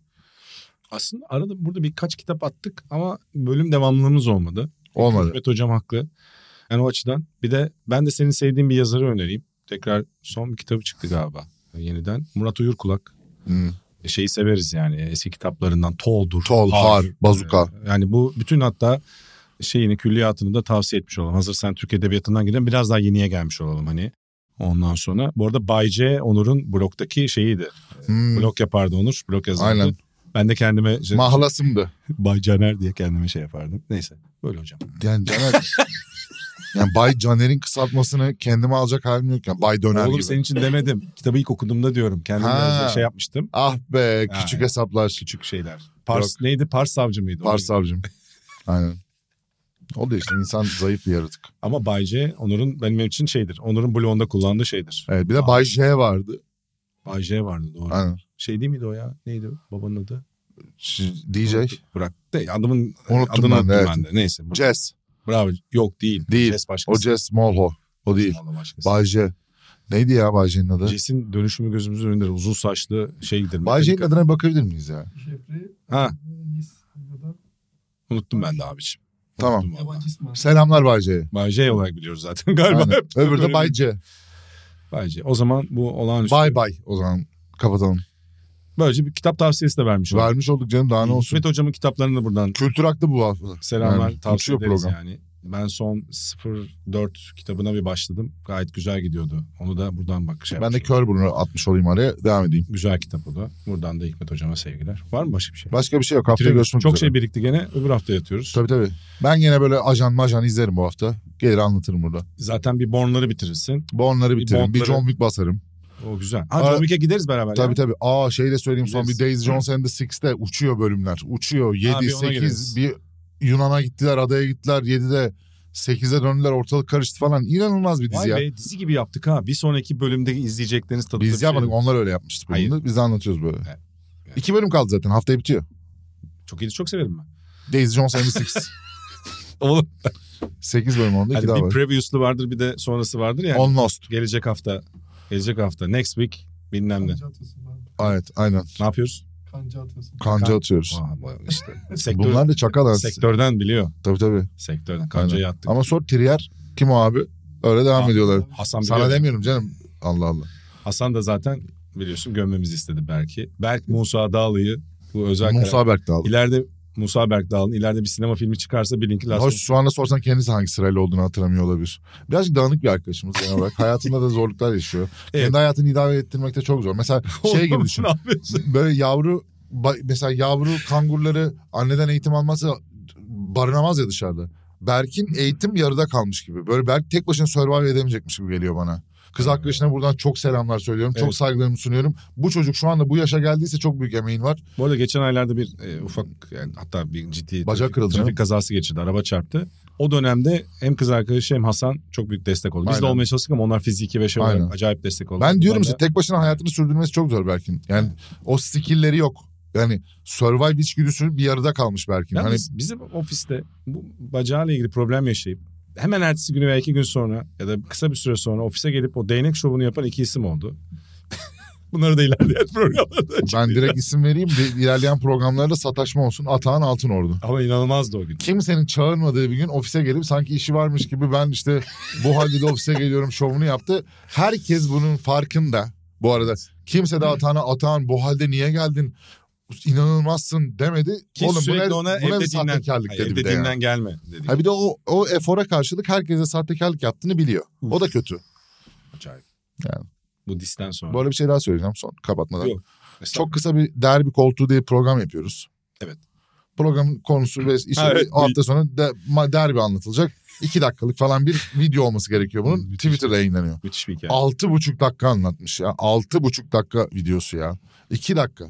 Speaker 2: Aslında arada burada birkaç kitap attık ama bölüm devamlılığımız olmadı.
Speaker 3: Olmadı.
Speaker 2: Hikmet Hocam haklı. Yani o açıdan. Bir de ben de senin sevdiğin bir yazarı önereyim. Tekrar son bir kitabı çıktı galiba e, yeniden. Murat Uyurkulak.
Speaker 3: Hmm.
Speaker 2: E, Şeyi severiz yani eski kitaplarından Tol'dur.
Speaker 3: Tol, Har, Bazuka.
Speaker 2: E, Yani bu bütün hatta şeyini külliyatını da tavsiye etmiş olalım. Hazır sen Türk Edebiyatı'ndan gidelim biraz daha yeniye gelmiş olalım hani. Ondan sonra bu arada Bayce Onur'un blogdaki şeyiydi.
Speaker 3: Hmm.
Speaker 2: Blog yapardı Onur. Blog yazardı.
Speaker 3: Aynen.
Speaker 2: Ben de kendime şey,
Speaker 3: Mahlasımdı.
Speaker 2: Bay Caner diye kendime şey yapardım. Neyse böyle hocam.
Speaker 3: Yani Caner... yani Bay Caner'in kısaltmasını kendime alacak halim yok. Yani Bay Döner
Speaker 2: Oğlum
Speaker 3: gibi.
Speaker 2: senin için demedim. Kitabı ilk okuduğumda diyorum. Kendime
Speaker 3: Ha.
Speaker 2: özel şey yapmıştım.
Speaker 3: Ah be
Speaker 2: Ha,
Speaker 3: küçük
Speaker 2: evet.
Speaker 3: hesaplar.
Speaker 2: Küçük şeyler. Pars neydi? Pars savcı mıydı?
Speaker 3: Var savcım. Aynen. Oldu işte insan zayıf bir yaratık.
Speaker 2: Ama Bayce Onur'un benim için şeydir. Onur'un bloğunda kullandığı şeydir.
Speaker 3: Evet bir de Bay J vardı.
Speaker 2: Bayce vardı doğru.
Speaker 3: Aynen.
Speaker 2: Şey değil miydi o ya? Neydi o? babanın adı?
Speaker 3: Ş- DJ.
Speaker 2: Bırak. De, adamın
Speaker 3: Unuttum
Speaker 2: adını
Speaker 3: ben de,
Speaker 2: unuttum
Speaker 3: evet.
Speaker 2: ben de. Neyse. bu-
Speaker 3: Jazz.
Speaker 2: Bravo. Yok değil.
Speaker 3: Değil.
Speaker 2: Jess başkası.
Speaker 3: O Jazz Molho. O değil.
Speaker 2: Allah başkası.
Speaker 3: Bay J. Neydi ya Bay J'nin adı?
Speaker 2: Jess'in dönüşümü gözümüzün önünde. Uzun saçlı şeydir.
Speaker 3: Bay J'nin
Speaker 2: Metallica-
Speaker 3: adına bir bakabilir miyiz ya?
Speaker 4: Jeffrey
Speaker 2: Ha
Speaker 4: Nis ya da
Speaker 2: unuttum ben de abiciğim.
Speaker 3: Tamam.
Speaker 2: Unuttum vallahi.
Speaker 4: yabancı ismi.
Speaker 3: Selamlar Bay J'ye.
Speaker 2: Bay J olarak biliyoruz zaten galiba.
Speaker 3: Aynen. Öbürü de
Speaker 2: Böyle
Speaker 3: Bay
Speaker 2: bir-
Speaker 3: C.
Speaker 2: Bay J. O zaman bu olağanüstü.
Speaker 3: Bay Bay o zaman kapatalım.
Speaker 2: Böylece bir kitap tavsiyesi de vermiş olduk.
Speaker 3: Vermiş olduk canım daha ne olsun.
Speaker 2: Hikmet Hocam'ın kitaplarını da buradan
Speaker 3: Kültür aklı bu hafta.
Speaker 2: selamlar
Speaker 3: Yani
Speaker 2: tavsiye
Speaker 3: uçuyor
Speaker 2: ederiz
Speaker 3: şey program.
Speaker 2: yani. Ben son 04 kitabına bir başladım. Gayet güzel gidiyordu. Onu da buradan bak şey
Speaker 3: Ben de
Speaker 2: yapmış olduk.
Speaker 3: kör burnu atmış olayım araya. Devam edeyim.
Speaker 2: Güzel kitap o da. Buradan da Hikmet Hocam'a sevgiler. Var mı başka bir şey?
Speaker 3: Başka bir şey yok. Haftaya
Speaker 2: Bitirelim.
Speaker 3: görüşmek
Speaker 2: Çok
Speaker 3: üzere.
Speaker 2: şey birikti gene. Öbür hafta yatıyoruz.
Speaker 3: Tabii tabii. Ben yine böyle ajan majan izlerim bu hafta. Gelir anlatırım burada.
Speaker 2: Zaten bir Born'ları bitirirsin.
Speaker 3: Bonları
Speaker 2: Bir
Speaker 3: bitiririm. Bir
Speaker 2: Bond'ları.
Speaker 3: John Wick basarım.
Speaker 2: O güzel.
Speaker 3: Aa,
Speaker 2: Ha, John Wick'e gideriz beraber.
Speaker 3: Tabii
Speaker 2: ya.
Speaker 3: tabii. Aa şey de söyleyeyim son bir
Speaker 2: Biliriz.
Speaker 3: Days Jones and the Six'te uçuyor bölümler. Uçuyor. 7,
Speaker 2: bir ona
Speaker 3: 8
Speaker 2: gireriz.
Speaker 3: bir Yunan'a gittiler adaya gittiler 7'de 8'e döndüler ortalık karıştı falan. İnanılmaz bir dizi
Speaker 2: Vay
Speaker 3: ya.
Speaker 2: be dizi gibi yaptık ha. Bir sonraki bölümde izleyecekleriniz tadında bir
Speaker 3: Biz
Speaker 2: şey
Speaker 3: yapmadık
Speaker 2: yok.
Speaker 3: onlar öyle yapmıştı
Speaker 2: Hayır.
Speaker 3: bunu. Biz de anlatıyoruz böyle.
Speaker 2: Evet. Evet.
Speaker 3: İki bölüm kaldı zaten haftaya bitiyor.
Speaker 2: Çok iyi çok severim ben.
Speaker 3: Days Jones and the Six.
Speaker 2: Oğlum
Speaker 3: 8 bölüm oldu. iki
Speaker 2: Hani
Speaker 3: daha
Speaker 2: bir
Speaker 3: var.
Speaker 2: previous'lu vardır bir de sonrası vardır ya.
Speaker 3: On Lost.
Speaker 2: Gelecek hafta. Gelecek hafta. Next week bilmem ne.
Speaker 4: Kanca atıyorsun abi.
Speaker 3: Evet aynen.
Speaker 2: Ne yapıyoruz?
Speaker 4: Kanca atıyorsun.
Speaker 3: Kanca
Speaker 2: Kan-
Speaker 3: atıyoruz.
Speaker 2: Aa, bu işte. Sektör,
Speaker 3: Bunlar da çakal arası.
Speaker 2: sektörden biliyor.
Speaker 3: Tabii tabii.
Speaker 2: Sektörden. Kancayı attık.
Speaker 3: Ama sor Trier kim o abi? Öyle devam
Speaker 2: Abi,
Speaker 3: ediyorlar.
Speaker 2: Hasan biliyor.
Speaker 3: Sana demiyorum canım. Allah Allah.
Speaker 2: Hasan da zaten biliyorsun gömmemizi istedi belki. Berk Musa Dağlı'yı bu özel karakter-
Speaker 3: Musa Berk de aldı.
Speaker 2: İleride Musa Berk Dağlı'nın ileride bir sinema filmi çıkarsa bilin ki
Speaker 3: Hoş
Speaker 2: Last
Speaker 3: şu anda sorsan kendisi hangi sırayla olduğunu hatırlamıyor olabilir. Birazcık dağınık bir arkadaşımız genel olarak. Hayatında da zorluklar yaşıyor.
Speaker 2: Evet.
Speaker 3: Kendi hayatını idame ettirmekte çok zor. Mesela şey gibi düşün.
Speaker 2: Ne yapıyorsun?
Speaker 3: Böyle yavru ba- mesela yavru kangurları anneden eğitim alması barınamaz ya dışarıda. Berk'in eğitim yarıda kalmış gibi. Böyle Berk tek başına survive edemeyecekmiş gibi geliyor bana. Kız arkadaşına buradan çok selamlar söylüyorum. Çok
Speaker 2: Evet.
Speaker 3: saygılarımı sunuyorum. Bu çocuk şu anda bu yaşa geldiyse çok büyük emeğin var.
Speaker 2: Bu arada geçen aylarda bir e, ufak yani hatta bir ciddi
Speaker 3: Bacak
Speaker 2: trafik,
Speaker 3: kırıldı
Speaker 2: trafik
Speaker 3: canım.
Speaker 2: kazası geçirdi. Araba çarptı. O dönemde hem kız arkadaşı hem Hasan çok büyük destek oldu. Biz de
Speaker 3: Aynen.
Speaker 2: olmaya çalıştık ama onlar fiziki ve şey olarak
Speaker 3: Aynen.
Speaker 2: acayip destek oldu.
Speaker 3: Ben diyorum
Speaker 2: Bundan
Speaker 3: size
Speaker 2: da-
Speaker 3: tek başına hayatını sürdürmesi çok zor Berk'in. Yani o skill'leri yok. Yani survive içgüdüsü bir yarıda kalmış Berk'in.
Speaker 2: Ya
Speaker 3: Hani
Speaker 2: biz- bizim ofiste bu bacağıyla ilgili problem yaşayıp hemen ertesi günü veya iki gün sonra ya da kısa bir süre sonra ofise gelip o değnek şovunu yapan iki isim oldu. Bunları da ilerleyen programlarda.
Speaker 3: ben direkt isim vereyim de ilerleyen programlarda sataşma olsun. Atağan Altınordu.
Speaker 2: Ama inanılmazdı o gün.
Speaker 3: Kimsenin çağırmadığı bir gün ofise gelip sanki işi varmış gibi ben işte bu halde de ofise geliyorum şovunu yaptı. Herkes bunun farkında bu arada. Kimse de Atağan'a Atağan bu halde niye geldin? İnanılmazsın demedi.
Speaker 2: Ki
Speaker 3: Oğlum bu
Speaker 2: sürekli
Speaker 3: ne,
Speaker 2: ona
Speaker 3: bu ne
Speaker 2: evde
Speaker 3: bir
Speaker 2: dinlen.
Speaker 3: sahtekarlık
Speaker 2: Hayır,
Speaker 3: dedi bir
Speaker 2: evde
Speaker 3: de yani.
Speaker 2: dinlen gelme dedi.
Speaker 3: Ha bir de o, o efora karşılık herkese sahtekarlık yaptığını biliyor. O da kötü.
Speaker 2: Acayip.
Speaker 3: Yani.
Speaker 2: Bu disten sonra.
Speaker 3: Böyle bir şey daha söyleyeceğim son kapatmadan.
Speaker 2: Yok.
Speaker 3: Çok kısa bir derbi koltuğu diye bir program yapıyoruz.
Speaker 2: Evet.
Speaker 3: Programın konusu ve işte
Speaker 2: Ha, evet.
Speaker 3: o hafta sonu de, ma- derbi anlatılacak. İki dakikalık falan bir video olması gerekiyor bunun.
Speaker 2: Müthiş.
Speaker 3: Twitter'da yayınlanıyor.
Speaker 2: Müthiş bir hikaye.
Speaker 3: Altı buçuk dakika anlatmış ya. Altı buçuk dakika videosu ya. İki dakika.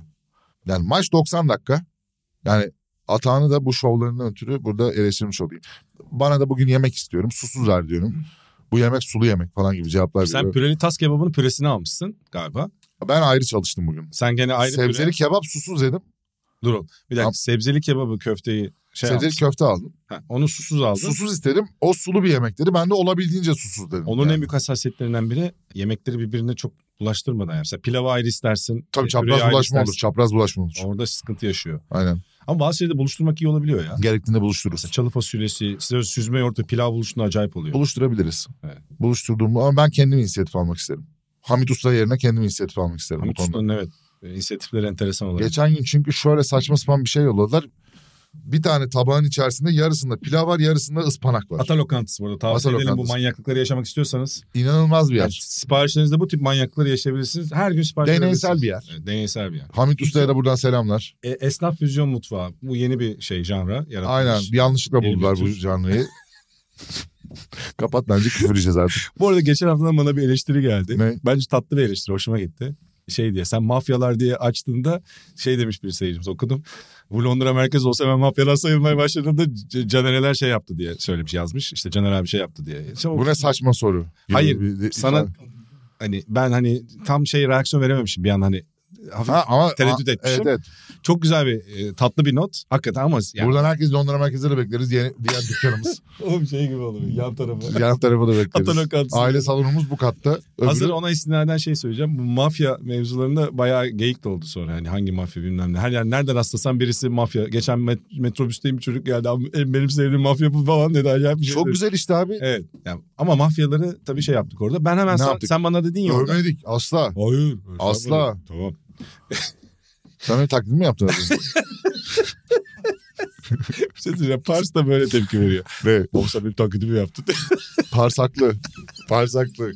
Speaker 3: Yani maç 90 dakika. Yani atağını da bu şovlarından ötürü burada eleştirmiş olayım. Bana da bugün yemek istiyorum. Susuz ver diyorum. Bu yemek sulu yemek falan gibi cevaplar
Speaker 2: Sen
Speaker 3: veriyor.
Speaker 2: püreli tas kebabının püresini almışsın galiba.
Speaker 3: Ben ayrı çalıştım bugün.
Speaker 2: Sen gene ayrı püre...
Speaker 3: Sebzeli kebap susuz yedim.
Speaker 2: Dur oğlum. Bir dakika
Speaker 3: Tamam.
Speaker 2: sebzeli kebabı köfteyi şey
Speaker 3: sebzeli
Speaker 2: almışsın.
Speaker 3: köfte aldım.
Speaker 2: Ha, onu susuz aldın.
Speaker 3: Susuz istedim. O sulu bir yemek dedi. Ben de olabildiğince susuz dedim.
Speaker 2: Onun
Speaker 3: Yani.
Speaker 2: en büyük hassasiyetlerinden biri yemekleri birbirine çok bulaştırmadan. Yani mesela pilavı ayrı istersin.
Speaker 3: Tabii
Speaker 2: e, püreyi
Speaker 3: çapraz
Speaker 2: ayrı
Speaker 3: bulaşma olur.
Speaker 2: istersin.
Speaker 3: Çapraz bulaşma olur.
Speaker 2: Orada sıkıntı yaşıyor.
Speaker 3: Aynen.
Speaker 2: Ama bazı şeyleri buluşturmak iyi olabiliyor ya.
Speaker 3: Gerektiğinde
Speaker 2: Mesela
Speaker 3: buluştururuz.
Speaker 2: çalı fasulyesi, size süzme yoğurtla pilav buluştuğunda acayip oluyor.
Speaker 3: Buluşturabiliriz.
Speaker 2: Evet.
Speaker 3: Buluşturduğum ama ben kendim inisiyatif almak isterim. Hamit Usta yerine kendim inisiyatif almak isterim.
Speaker 2: Hamit
Speaker 3: bu konuda.
Speaker 2: Usta'nın evet e, inisiyatifleri enteresan olabilir.
Speaker 3: Geçen gün çünkü şöyle saçma sapan bir şey yolladılar. Bir tane tabağın içerisinde yarısında pilav var yarısında ıspanak var.
Speaker 2: Ata lokantası bu arada. Tavsiye
Speaker 3: Ata
Speaker 2: edelim bu
Speaker 3: lokantası.
Speaker 2: manyaklıkları yaşamak istiyorsanız.
Speaker 3: İnanılmaz bir
Speaker 2: Yani
Speaker 3: yer.
Speaker 2: siparişlerinizde bu tip manyaklıkları yaşayabilirsiniz. Her gün sipariş
Speaker 3: Deneysel
Speaker 2: verebilirsiniz.
Speaker 3: bir yer.
Speaker 2: Evet, deneysel bir yer.
Speaker 3: Hamit Usta'ya da buradan selamlar.
Speaker 2: E, esnaf füzyon mutfağı. Bu yeni bir şey, janra yaratılmış.
Speaker 3: Aynen yanlışlıkla
Speaker 2: Yeni bir
Speaker 3: buldular bu
Speaker 2: tür.
Speaker 3: canlıyı. Kapat bence küfür yiyeceğiz artık.
Speaker 2: Bu arada geçen haftadan bana bir eleştiri geldi.
Speaker 3: Ne?
Speaker 2: Bence tatlı bir eleştiri. Hoşuma gitti. Şey diye sen mafyalar diye açtığında şey demiş bir seyircimiz okudum. Bu Londra merkez olsa ben mafyalar sayılmaya başladığında C- Canereler şey yaptı diye söylemiş yazmış. İşte Caner abi şey yaptı diye. İşte o-
Speaker 3: Bu ne saçma soru. gibi
Speaker 2: Hayır,
Speaker 3: bir-
Speaker 2: sana- hani ben hani tam şey reaksiyon verememişim bir an hani. Hafif
Speaker 3: Ha, ama,
Speaker 2: tereddüt
Speaker 3: ha,
Speaker 2: etmişim.
Speaker 3: Evet, evet.
Speaker 2: Çok güzel bir e, tatlı bir not. Hakikaten ama yani,
Speaker 3: Buradan herkes Londra merkezleri bekleriz. Yeni, diğer dükkanımız.
Speaker 2: oğlum şey gibi oluyor yan tarafı.
Speaker 3: yan tarafa da bekleriz.
Speaker 2: Atan Okansın.
Speaker 3: Aile salonumuz bu katta. Öbürü
Speaker 2: Hazır ona istinaden şey söyleyeceğim. Bu mafya mevzularında bayağı geyik de oldu sonra. Hani hangi mafya bilmem ne. Her yer nerede rastlasan birisi mafya. Geçen met- metrobüsteyim bir çocuk geldi. "Abi, Benim sevdiğim mafya bu falan dedi. Acayip bir şey
Speaker 3: çok
Speaker 2: dedi.
Speaker 3: güzel işte abi.
Speaker 2: Evet. Yani, ama mafyaları tabii şey yaptık orada. Ben hemen
Speaker 3: Ne
Speaker 2: sen,
Speaker 3: yaptık?
Speaker 2: sen bana dedin ya orada.
Speaker 3: Övmedik asla.
Speaker 2: Hayır.
Speaker 3: Asla.
Speaker 2: estağfurullah. Tamam.
Speaker 3: Sen öyle taklit mi yaptın? az önce?
Speaker 2: Bir şey söyleyeceğim. Pars da böyle tepki veriyor.
Speaker 3: Ve
Speaker 2: Olsa benim taklidimi yaptı.
Speaker 3: parsaklı. Parsaklı.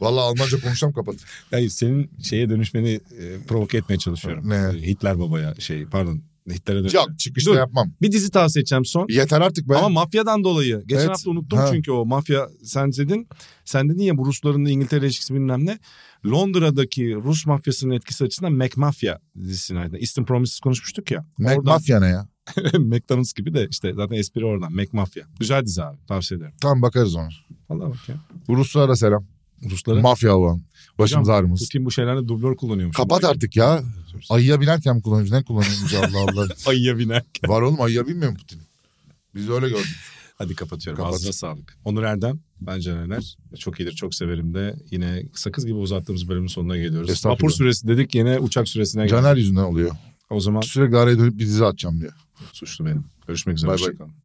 Speaker 3: Valla Almanca konuşsam kapat.
Speaker 2: Hayır senin şeye dönüşmeni e, provoke etmeye çalışıyorum.
Speaker 3: Ne?
Speaker 2: Hitler babaya şey pardon. Hitler'e dönüş.
Speaker 3: Yok çıkışta
Speaker 2: Dur.
Speaker 3: yapmam.
Speaker 2: Bir dizi tavsiye edeceğim son.
Speaker 3: Yeter artık be.
Speaker 2: Ama mafyadan dolayı. Geçen
Speaker 3: Evet.
Speaker 2: hafta unuttum
Speaker 3: Ha.
Speaker 2: çünkü o mafya sen dedin. Sen dedin ya bu Rusların da İngiltere ilişkisi bilmem ne. Londra'daki Rus mafyasının etkisi açısından Mac Mafia dizisini aydın. Eastern Promises konuşmuştuk ya.
Speaker 3: Mac
Speaker 2: oradan-
Speaker 3: Mafya ne ya?
Speaker 2: McDonald's gibi de işte zaten espri oradan. Mac Mafia. Güzel dizi abi. Tavsiye ederim.
Speaker 3: Tam bakarız ona.
Speaker 2: Vallahi bak ya.
Speaker 3: Bu Ruslara selam.
Speaker 2: Ruslara
Speaker 3: Mafya olan. Başımız ağrımız.
Speaker 2: Putin bu şeylerle dublör kullanıyormuş.
Speaker 3: Kapat artık ya. Ayıya binerken mi kullanıyoruz? Ne kullanıyoruz Allah Allah.
Speaker 2: Ayıya biner.
Speaker 3: Var oğlum ayıya binmiyor mu Putin? Biz öyle gördük.
Speaker 2: Hadi kapatıyorum.
Speaker 3: Kapat.
Speaker 2: Ağzına sağlık. Onur Erdem. Ben Caner. Çok iyidir. Çok severim de. Yine sakız gibi uzattığımız bölümün sonuna geliyoruz.
Speaker 3: Estağfurullah.
Speaker 2: Vapur süresi dedik. Yine uçak süresine geldik.
Speaker 3: Caner yüzünden oluyor.
Speaker 2: O zaman
Speaker 3: Sürekli araya dönüp bir dizi atacağım diyor.
Speaker 2: suçlu benim. Görüşmek üzere.
Speaker 3: Bay bay.
Speaker 2: Hoşçakalın.